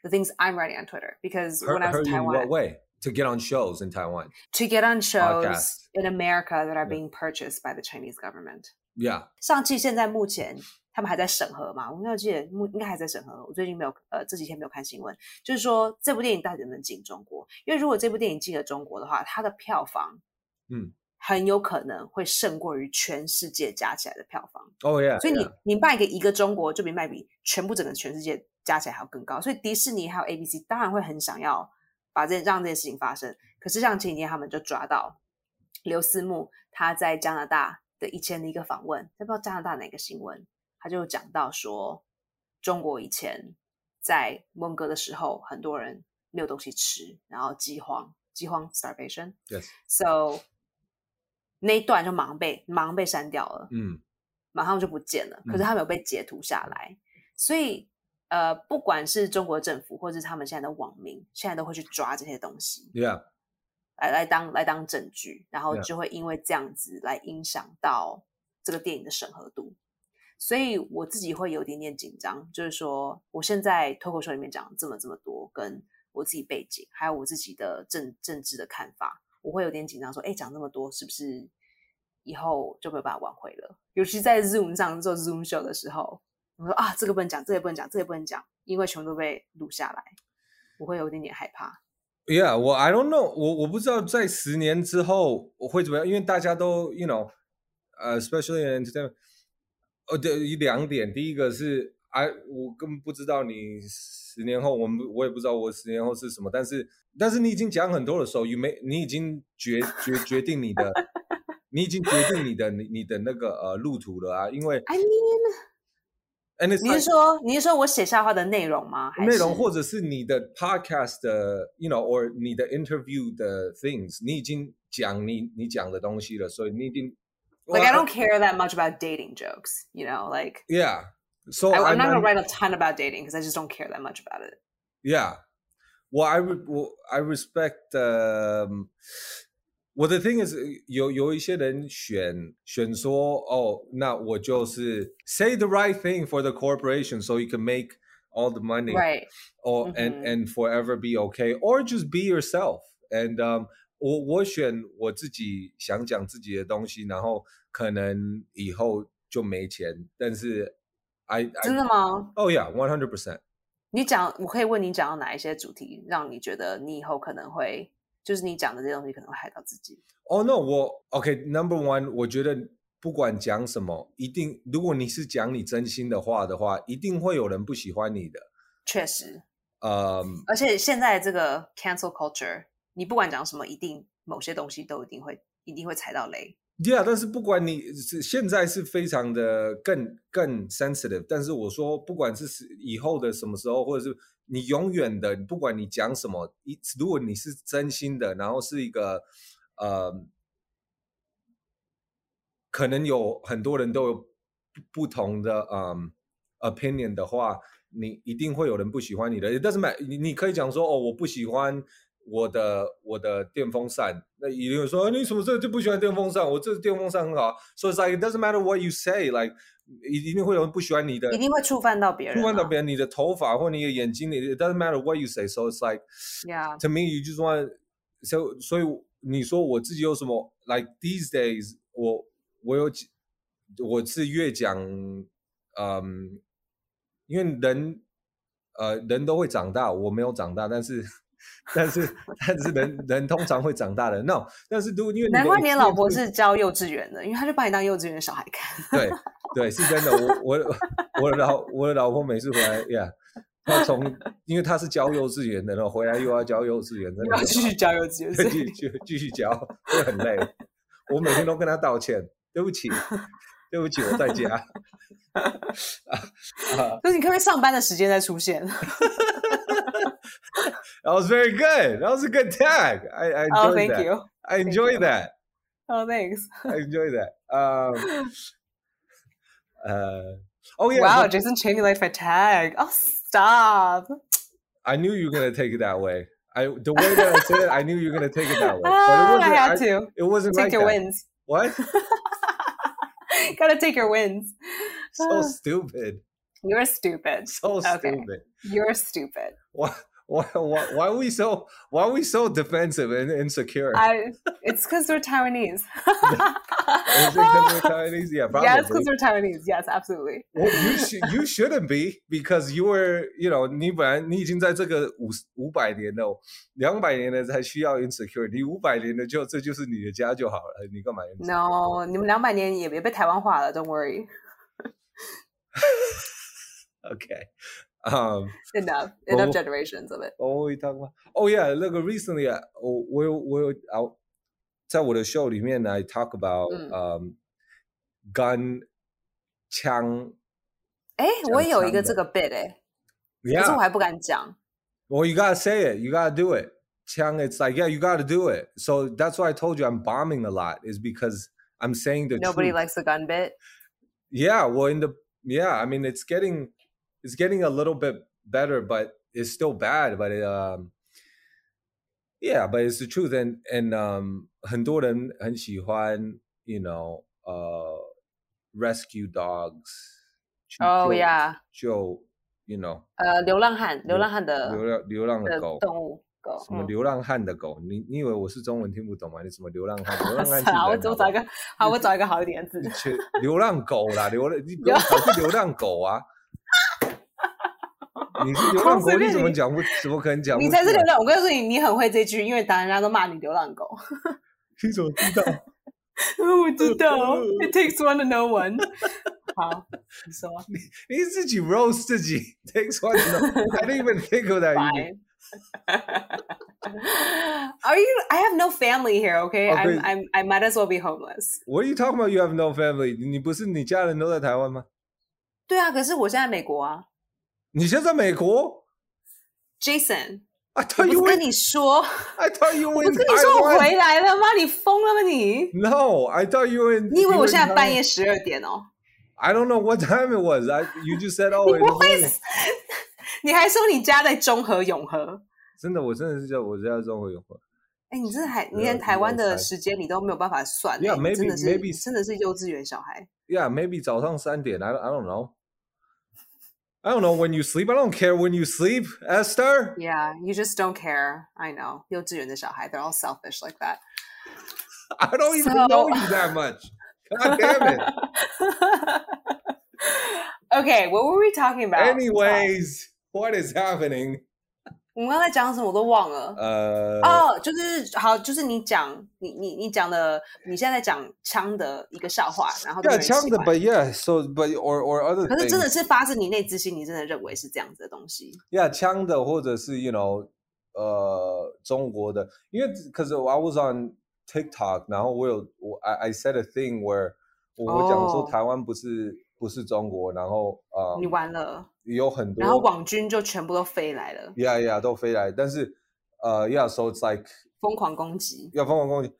Speaker 1: The things I'm writing on Twitter because
Speaker 2: Hurt-
Speaker 1: when I
Speaker 2: hurt
Speaker 1: was in
Speaker 2: you in
Speaker 1: Taiwan,
Speaker 2: what way to get on shows in Taiwan?
Speaker 1: to get on shows
Speaker 2: Podcast.
Speaker 1: in America that are
Speaker 2: Yeah.
Speaker 1: being purchased by the Chinese government.
Speaker 2: Yeah，
Speaker 1: 上汽现在目前他们还在审核嘛？我没有记得，目应该还在审核。我最近没有，呃，这几天没有看新闻，就是说这部电影到底能不能进中国？因为如果这部电影进了中国的话，它的票房，
Speaker 2: 嗯，
Speaker 1: 很有可能会胜过于全世界加起来的票房。
Speaker 2: 哦、oh、yeah，
Speaker 1: 所以
Speaker 2: Oh, yeah.
Speaker 1: 你你卖给一个中国，就比卖比全部整个全世界加起来还要更高。所以迪士尼还有 ABC 当然会很想要把这让这件事情发生。可是像前几天他们就抓到刘思慕他在加拿大的以前的一个访问，不知道加拿大哪个新闻，他就讲到说中国以前在文革的时候，很多人没有东西吃，然后饥荒，饥荒 starvation。
Speaker 2: Yes.
Speaker 1: So 那一段就忙被忙被删掉了。
Speaker 2: 嗯
Speaker 1: 马上就不见了，可是
Speaker 2: 嗯
Speaker 1: 他没有被截图下来，所以呃，不管是中国政府或者是他们现在的网民，现在都会去抓这些东西
Speaker 2: ，Yeah，
Speaker 1: 来来当来当证据，然后
Speaker 2: Yeah.
Speaker 1: 就会因为这样子来影响到这个电影的审核度。所以我自己会有点点紧张，就是说我现在脱口秀里面讲这么这么多，跟我自己背景，还有我自己的政政治的看法，我会有点紧张，说，哎，讲那么多是不是以后就没有办法挽回了？尤其在 Zoom 上做 Zoom show 的时候，我说啊，这个不能讲，这个不能讲，这个不能讲，因为全部都被录下来，我会有一点点害怕。
Speaker 2: Yeah，我 I don't know，我我不知道在十年之后我会怎么样，因为大家都 you know，呃、s p e c i a l l y in entertainment，呃，对，两点，第一个是 I 我根本不知道你十年后，我们我也不知道我十年后是什么，但是但是你已经讲很多的时候，you 没你已经决决决定 你的，你已经决定你的你你的那个呃路途了啊，因为
Speaker 1: I mean。
Speaker 2: and it's
Speaker 1: 你
Speaker 2: like-
Speaker 1: 是说你是说我写笑话的内容吗？还
Speaker 2: 呃内容
Speaker 1: 是
Speaker 2: 或者是你的 podcast 的，you know，or 你的 interview 的 things，你已经讲你你讲的东西了，所以你已经呃
Speaker 1: like I don't care that much about dating jokes. You know, like
Speaker 2: yeah，so
Speaker 1: I, I'm
Speaker 2: 哦 I'm
Speaker 1: not gonna
Speaker 2: I'm-
Speaker 1: write a ton about dating because I just don't care that much about it.
Speaker 2: yeah，我 I re- 我 I respect，um, 我的 thing is 有有一些人选选说哦，那我就是 say the right thing for the corporation so you can make all the money，
Speaker 1: Right.
Speaker 2: or and
Speaker 1: Mhm.
Speaker 2: and forever be okay or just be yourself and um 我我选我自己想讲自己的东西，然后可能以后就没钱，但是 I,
Speaker 1: 真
Speaker 2: I
Speaker 1: 的吗？
Speaker 2: oh yeah one hundred percent
Speaker 1: 你讲，我可以问你讲到哪一些主题，让你觉得你以后可能会，就是你讲的这些东西可能会害到自己。
Speaker 2: oh no 我 OK number one 我觉得不管讲什么，一定如果你是讲你真心的话的话，一定会有人不喜欢你的。
Speaker 1: 确实，
Speaker 2: 呃、
Speaker 1: 而且现在这个 cancel culture，你不管讲什么，一定某些东西都一定会一定会踩到雷。
Speaker 2: Yeah，但是不管你是现在是非常的更更 sensitive，但是我说不管是是以后的什么时候，或者是你永远的，不管你讲什么，一如果你是真心的，然后是一个呃，可能有很多人都有不不同的嗯、opinion 的话，你一定会有人不喜欢你的。但是买你你可以讲说哦，我不喜欢我的我的电风扇。那一定有说、啊你什么时候就不喜欢电风扇？我这电风扇很好。So it's like it doesn't matter what you say, like 一一定会有人不喜欢你的
Speaker 1: 一。定会触犯到别人、啊，
Speaker 2: 不管到别人，你的头发或你的眼睛，你 it doesn't matter what you say. So it's like
Speaker 1: Yeah.
Speaker 2: to me, you just want so 所以你说我自己有什么 like these days 我我有几我是越讲嗯，因为人呃人都会长大，我没有长大，但是 但是但是人人通常会长大的。No，但是如果因为
Speaker 1: 难怪你的老婆
Speaker 2: 是。
Speaker 1: 是教幼稚园的，因为她就把你当幼稚园小孩看。
Speaker 2: 对对，是真的。我我我的老我的老婆每次回来呀，她从因为她是教幼稚园的，然后回来又要教幼稚园，真
Speaker 1: 又要
Speaker 2: 的
Speaker 1: 继续教幼稚园，所
Speaker 2: 是继
Speaker 1: 以
Speaker 2: 续继续教，会很累。我每天都跟他道歉，对不 起，对不起，我在家。
Speaker 1: 就是你可不可以上班的时间再出现
Speaker 2: That was very good. That was a good tag. I, I enjoyed
Speaker 1: ？Oh, thank
Speaker 2: that.
Speaker 1: you.
Speaker 2: I
Speaker 1: Thank
Speaker 2: enjoy
Speaker 1: you.
Speaker 2: that.
Speaker 1: Oh, thanks.
Speaker 2: I enjoy that. Um, uh, oh yeah.
Speaker 1: Wow,
Speaker 2: but
Speaker 1: Jason changed like my tag. Oh, stop.
Speaker 2: I knew you were gonna take it that way. I the way that I said it, I knew you were gonna take it that way. But it
Speaker 1: Ah, I
Speaker 2: wasn't.
Speaker 1: had
Speaker 2: I-
Speaker 1: to
Speaker 2: it wasn't
Speaker 1: take
Speaker 2: like
Speaker 1: your
Speaker 2: that.
Speaker 1: wins.
Speaker 2: What?
Speaker 1: Gotta take your wins.
Speaker 2: So stupid.
Speaker 1: You're stupid.
Speaker 2: So
Speaker 1: Okay.
Speaker 2: stupid.
Speaker 1: You're stupid.
Speaker 2: Why, why, why, why are we so why are we so defensive and insecure?
Speaker 1: I. It's because we're Taiwanese.
Speaker 2: Is it 'cause we're Chinese? Yeah, probably.
Speaker 1: yeah, it's because we're Taiwanese. Yes, absolutely.
Speaker 2: well, you should you shouldn't be because you were you know 你本来你已经在这个五五百年的两百年的才需要 insecure，你五百年的就这就是你的家就好了，你干嘛 insecure？
Speaker 1: No，你们两百年也别被台湾化了，Don't worry.
Speaker 2: Okay. Um.
Speaker 1: Enough, enough
Speaker 2: Oh.
Speaker 1: generations of it.
Speaker 2: 我会当吗？Oh yeah，那个 recently，啊我我有我有啊，在我的 show 里面呢，I talk about
Speaker 1: 嗯
Speaker 2: 嗯、gun 枪
Speaker 1: 哎，Eh，我也有一个
Speaker 2: 讲
Speaker 1: 这个 bit 哎，可是我
Speaker 2: ，yeah，
Speaker 1: 还不敢讲。
Speaker 2: well you gotta say it, you gotta do it. 枪，it's like yeah, you gotta do it. So that's why I told you I'm bombing a lot is because I'm saying the
Speaker 1: Nobody
Speaker 2: truth.
Speaker 1: likes a gun bit.
Speaker 2: yeah, well in the yeah, I mean it's getting it's getting a little bit better, but it's still bad. But it, um, yeah, but it's the truth. And and um, 很多人很喜欢 you know uh rescue dogs.
Speaker 1: Oh yeah，
Speaker 2: 就 you know
Speaker 1: 呃，流浪汉，流
Speaker 2: 流
Speaker 1: 浪汉的
Speaker 2: 流浪流浪
Speaker 1: 的
Speaker 2: 的狗。
Speaker 1: 动物狗。
Speaker 2: 什么
Speaker 1: 嗯
Speaker 2: 流浪汉的狗？你你以为我是中文听不懂吗？你什么流浪汉？流浪汉是
Speaker 1: 算啊了，我
Speaker 2: 人好不
Speaker 1: 我找
Speaker 2: 好
Speaker 1: 一个，好，我找一个好一点的字
Speaker 2: 你。去流浪狗啦，流浪你不要跑去流浪狗啊！ 你是流浪
Speaker 1: 好
Speaker 2: 狗，
Speaker 1: 哦随便
Speaker 2: 你怎么
Speaker 1: 你
Speaker 2: 讲不？怎么可能讲不出
Speaker 1: 你
Speaker 2: 来？
Speaker 1: 才是流浪，我告诉你，你很会这句，因为当然人家都骂你流 浪狗。
Speaker 2: 你怎么知道？
Speaker 1: 我 知道，It takes one to know one。好，你 说
Speaker 2: 你自己 roast 自己 takes one. No, I didn't even think of that. you-
Speaker 1: fine. Are you? I have no family here. Okay,
Speaker 2: Oh,
Speaker 1: I'm,
Speaker 2: but-
Speaker 1: I'm. I might as well be homeless.
Speaker 2: What are you talking about? You have no family. 你不是你家人都在台湾吗？
Speaker 1: 对啊，可是我现在在美国啊
Speaker 2: 你现在在美国
Speaker 1: ，Jason，
Speaker 2: ？I
Speaker 1: 我
Speaker 2: thought
Speaker 1: 不是
Speaker 2: you were.
Speaker 1: 跟你说，
Speaker 2: I thought you
Speaker 1: 我
Speaker 2: were
Speaker 1: 不
Speaker 2: in
Speaker 1: 是跟你说我
Speaker 2: Taiwan.
Speaker 1: 回来了吗？你疯了吗你？
Speaker 2: No, I thought you were in.
Speaker 1: 你以
Speaker 2: you
Speaker 1: 为
Speaker 2: were
Speaker 1: 我
Speaker 2: in
Speaker 1: 现在
Speaker 2: Taiwan.
Speaker 1: 半夜十二点哦？
Speaker 2: I don't know what time it was. I you just said oh.
Speaker 1: 你
Speaker 2: in the
Speaker 1: 不会
Speaker 2: morning.，
Speaker 1: 你还说你家在中和永和？
Speaker 2: 真的，我真的是叫我家中国有。
Speaker 1: 哎，你这还你
Speaker 2: 没有
Speaker 1: 连台湾
Speaker 2: 没
Speaker 1: 的
Speaker 2: 有猜
Speaker 1: 时间你都没有办法算哎，
Speaker 2: Yeah,
Speaker 1: 你真
Speaker 2: maybe-
Speaker 1: 的是
Speaker 2: maybe-
Speaker 1: 你真的是幼稚园小孩。
Speaker 2: yeah, maybe 早上三点. I don't- I don't know. I don't know when you sleep. I don't care when you sleep, Esther.
Speaker 1: Yeah, you just don't care. I know，幼稚园的小孩，they're all selfish like that.
Speaker 2: I don't even
Speaker 1: So-
Speaker 2: know you that much. God damn it.
Speaker 1: okay, what were we talking about?
Speaker 2: Anyways, what is happening?
Speaker 1: 我们刚才讲什么我都忘了。
Speaker 2: Uh,
Speaker 1: 哦，就是好，就是你讲你你你讲的，你现在在讲枪的一个笑话，然后都
Speaker 2: yeah,
Speaker 1: 没人喜
Speaker 2: Chanda,
Speaker 1: 欢
Speaker 2: but yeah, so but or or other
Speaker 1: 可是
Speaker 2: things.
Speaker 1: 真的是发自你内之心，你真的认为是这样子的东西。
Speaker 2: yeah 枪的或者是 you know 呃中国的，因为可是 I was on TikTok，然后我有我 I I said a thing where 我我讲说
Speaker 1: 哦
Speaker 2: 台湾不是、不是中国，然后呃
Speaker 1: 你完了，
Speaker 2: 有很多
Speaker 1: 然后网军就全部都飞来了，
Speaker 2: yeah yeah 都飞来，但是呃 yeah so it's like
Speaker 1: 疯狂攻击。
Speaker 2: 要疯狂攻击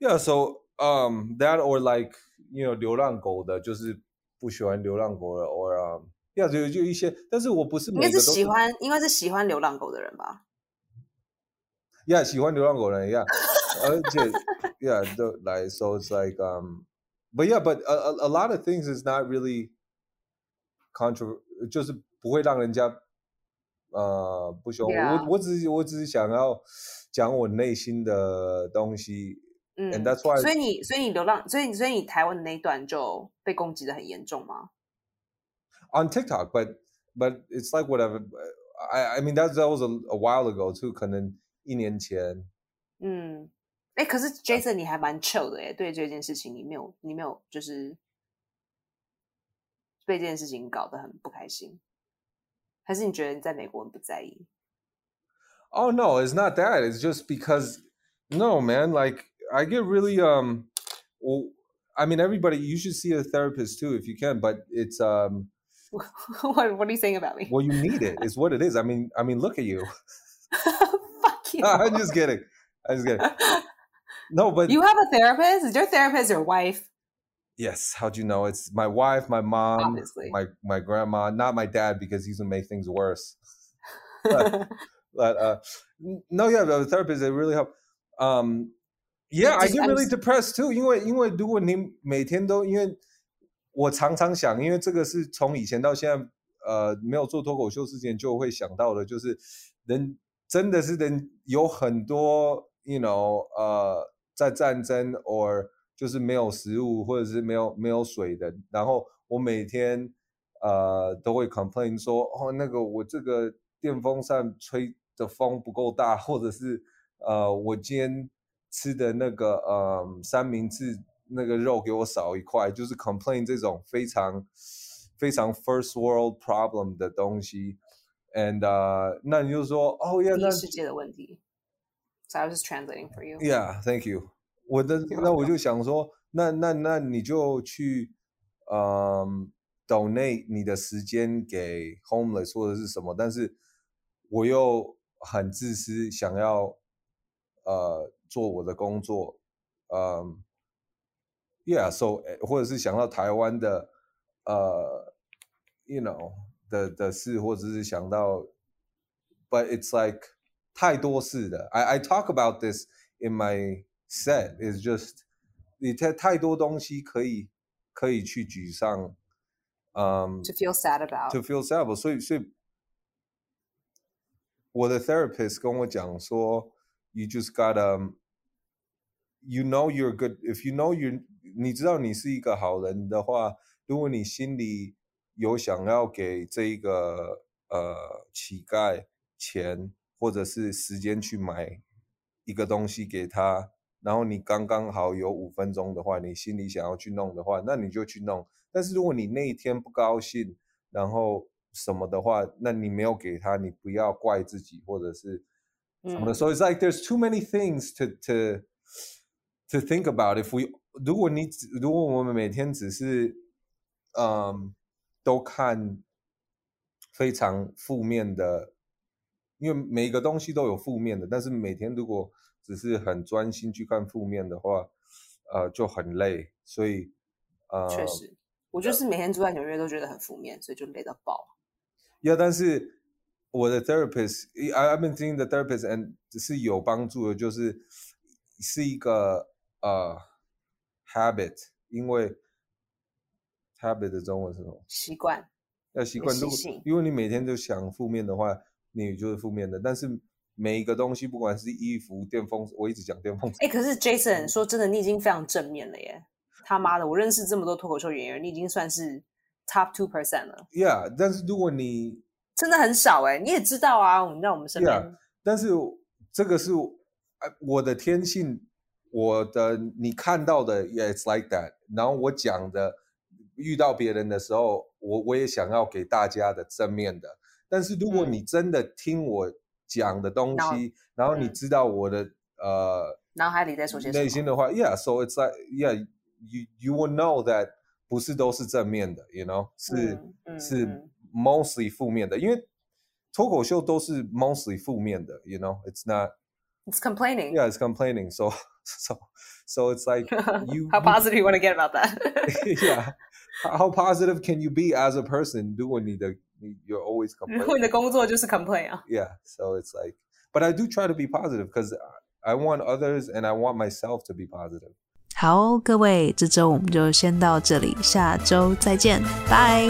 Speaker 2: ，yeah so um that or like you know 流浪狗的，就是不喜欢流浪狗的，or um, yeah 就就一些，但是我不是
Speaker 1: 应
Speaker 2: 每
Speaker 1: 该
Speaker 2: 个
Speaker 1: 是
Speaker 2: 都
Speaker 1: 喜欢，应该是喜欢流浪狗的人吧？
Speaker 2: Yeah, 喜欢流浪狗人 Yeah，而且 Yeah，都来，so it's like um, but yeah, but a a, a lot of things is not really contro，就是不会让人家呃不喜欢我。
Speaker 1: Yeah
Speaker 2: 我我只是我只是想要讲我内心的东西
Speaker 1: 嗯，
Speaker 2: ，and that's why
Speaker 1: 所以你，所以你流浪，所以你所以你台湾的那一段就被攻击的很严重吗？
Speaker 2: on TikTok, but but it's like whatever. I I mean that that was a, a while ago too，可能一年前。
Speaker 1: 嗯，哎，可是
Speaker 2: 啊
Speaker 1: Jason 你还蛮 chill 的耶，对这件事情你没有，你没有就是被这件事情搞得很不开心，还是你觉得你在美国很不在意？
Speaker 2: Oh no, it's not that. It's just because no, man, like I get really um well, I mean, everybody, you should see a therapist too if you can. But it's um,
Speaker 1: what, what are you saying about me?
Speaker 2: well, you need it. It's what it is. I mean, I mean, look at you.
Speaker 1: Fuck you.
Speaker 2: I'm just kidding. I'm just kidding. No, but
Speaker 1: you have a therapist? Is your therapist your wife?
Speaker 2: yes, how'd you know? It's my wife, my mom,
Speaker 1: Obviously.
Speaker 2: my my grandma, not my dad because he's gonna make things worse. But uh, n- no, yeah, the therapist they really help. Um, yeah,
Speaker 1: Yeah,
Speaker 2: I
Speaker 1: just-
Speaker 2: get
Speaker 1: I'm
Speaker 2: really
Speaker 1: s-
Speaker 2: depressed too，因为因为如果你每天都因为我常常想，因为这个是从以前到现在，呃，没有做脱口秀之前就会想到的，就是人真的是人有很多，you know，呃，在战争 or 就是没有食物或者是没有没有水的，然后我每天呃都会 complain 说，哦，那个我这个电风扇吹的风不够大，或者是呃，我今天吃的那个呃三明治那个肉给我少一块，就是 complain 这种非常非常 first world problem 的东西。And 呃，那你就说，哦呀，那
Speaker 1: 第一世界的问题。So I was just translating for you.
Speaker 2: Yeah, thank you. 我的
Speaker 1: You're
Speaker 2: 那我就想说，那那那你就去，嗯，donate 你的时间给 homeless 或者是什么，但是我又很自私，想要呃做我的工作，嗯，Yeah，so 呃或者是想到台湾的呃，you uh, know 的的事，或者是想到，but it's like 太多事的。I I talk about this in my set is just 你太太多东西可以可以去沮丧，嗯、
Speaker 1: To feel sad about.
Speaker 2: to feel sad，about. 所以所以我的 therapist 跟我讲说，you just gotta you know you're good if you know you 你知道你是一个好人的话，如果你心里有想要给这一个呃乞丐钱或者是时间去买一个东西给他，然后你刚刚好有五分钟的话，你心里想要去弄的话，那你就去弄。但是如果你那一天不高兴，然后什么的话，那你没有给他，你不要怪自己或者是什么的。
Speaker 1: 嗯
Speaker 2: So it's like there's too many things to to to think about. If we 如果你只如果我们每天只是嗯都看非常负面的，因为每一个东西都有负面的，但是每天如果只是很专心去看负面的话，呃，就很累。所以呃，
Speaker 1: 确实，我就是每天住在纽约都觉得很负面，所以就累到爆。
Speaker 2: Yeah，但是我的 therapist，I I've been seeing the therapist and 是有帮助的，就是是一个呃 habit，因为 habit 的中文是什么？
Speaker 1: 习惯。
Speaker 2: 要习
Speaker 1: 个
Speaker 2: 惯。
Speaker 1: 习
Speaker 2: 如果
Speaker 1: 性
Speaker 2: 如果你每天都想负面的话，你就是负面的。但是每一个东西，不管是衣服、电风，我一直讲电风扇。
Speaker 1: 哎、可是 Jason 说真的，你已经非常正面了耶！他妈的，我认识这么多脱口秀演员，你已经算是 top two percent 了，
Speaker 2: Yeah，但是如果你
Speaker 1: 真的很少哎。你也知道啊，你知道我们身边
Speaker 2: Yeah 但是这个是我呃我的天性，我的你看到的也 it's like that。然后我讲的，遇到别人的时候，我我也想要给大家的正面的。但是如果
Speaker 1: 嗯
Speaker 2: 你真的听我讲的东
Speaker 1: 然后
Speaker 2: 西，然后你
Speaker 1: 嗯
Speaker 2: 知道我的呃
Speaker 1: 脑海里在说些什么？嗯
Speaker 2: 内心的话，yeah，so it's like yeah，you you will know that 不是都是正面的，you know 是。
Speaker 1: 嗯嗯
Speaker 2: 是
Speaker 1: 嗯
Speaker 2: mostly 负面的，因为脱口秀都是 mostly 负面的，you know，it's not，yeah，it's
Speaker 1: It's complaining.
Speaker 2: complaining，so so so it's like you you-
Speaker 1: How positive you want to get about that?
Speaker 2: yeah how positive can you be as a person 如果你的你 you're always
Speaker 1: 如果
Speaker 2: complaining
Speaker 1: 你的工作就是 complain 啊，
Speaker 2: yeah so it's like but I do try to be positive because I want others and I want myself to be positive
Speaker 3: 好，各位，这周我们就先到这里，下周再见，拜。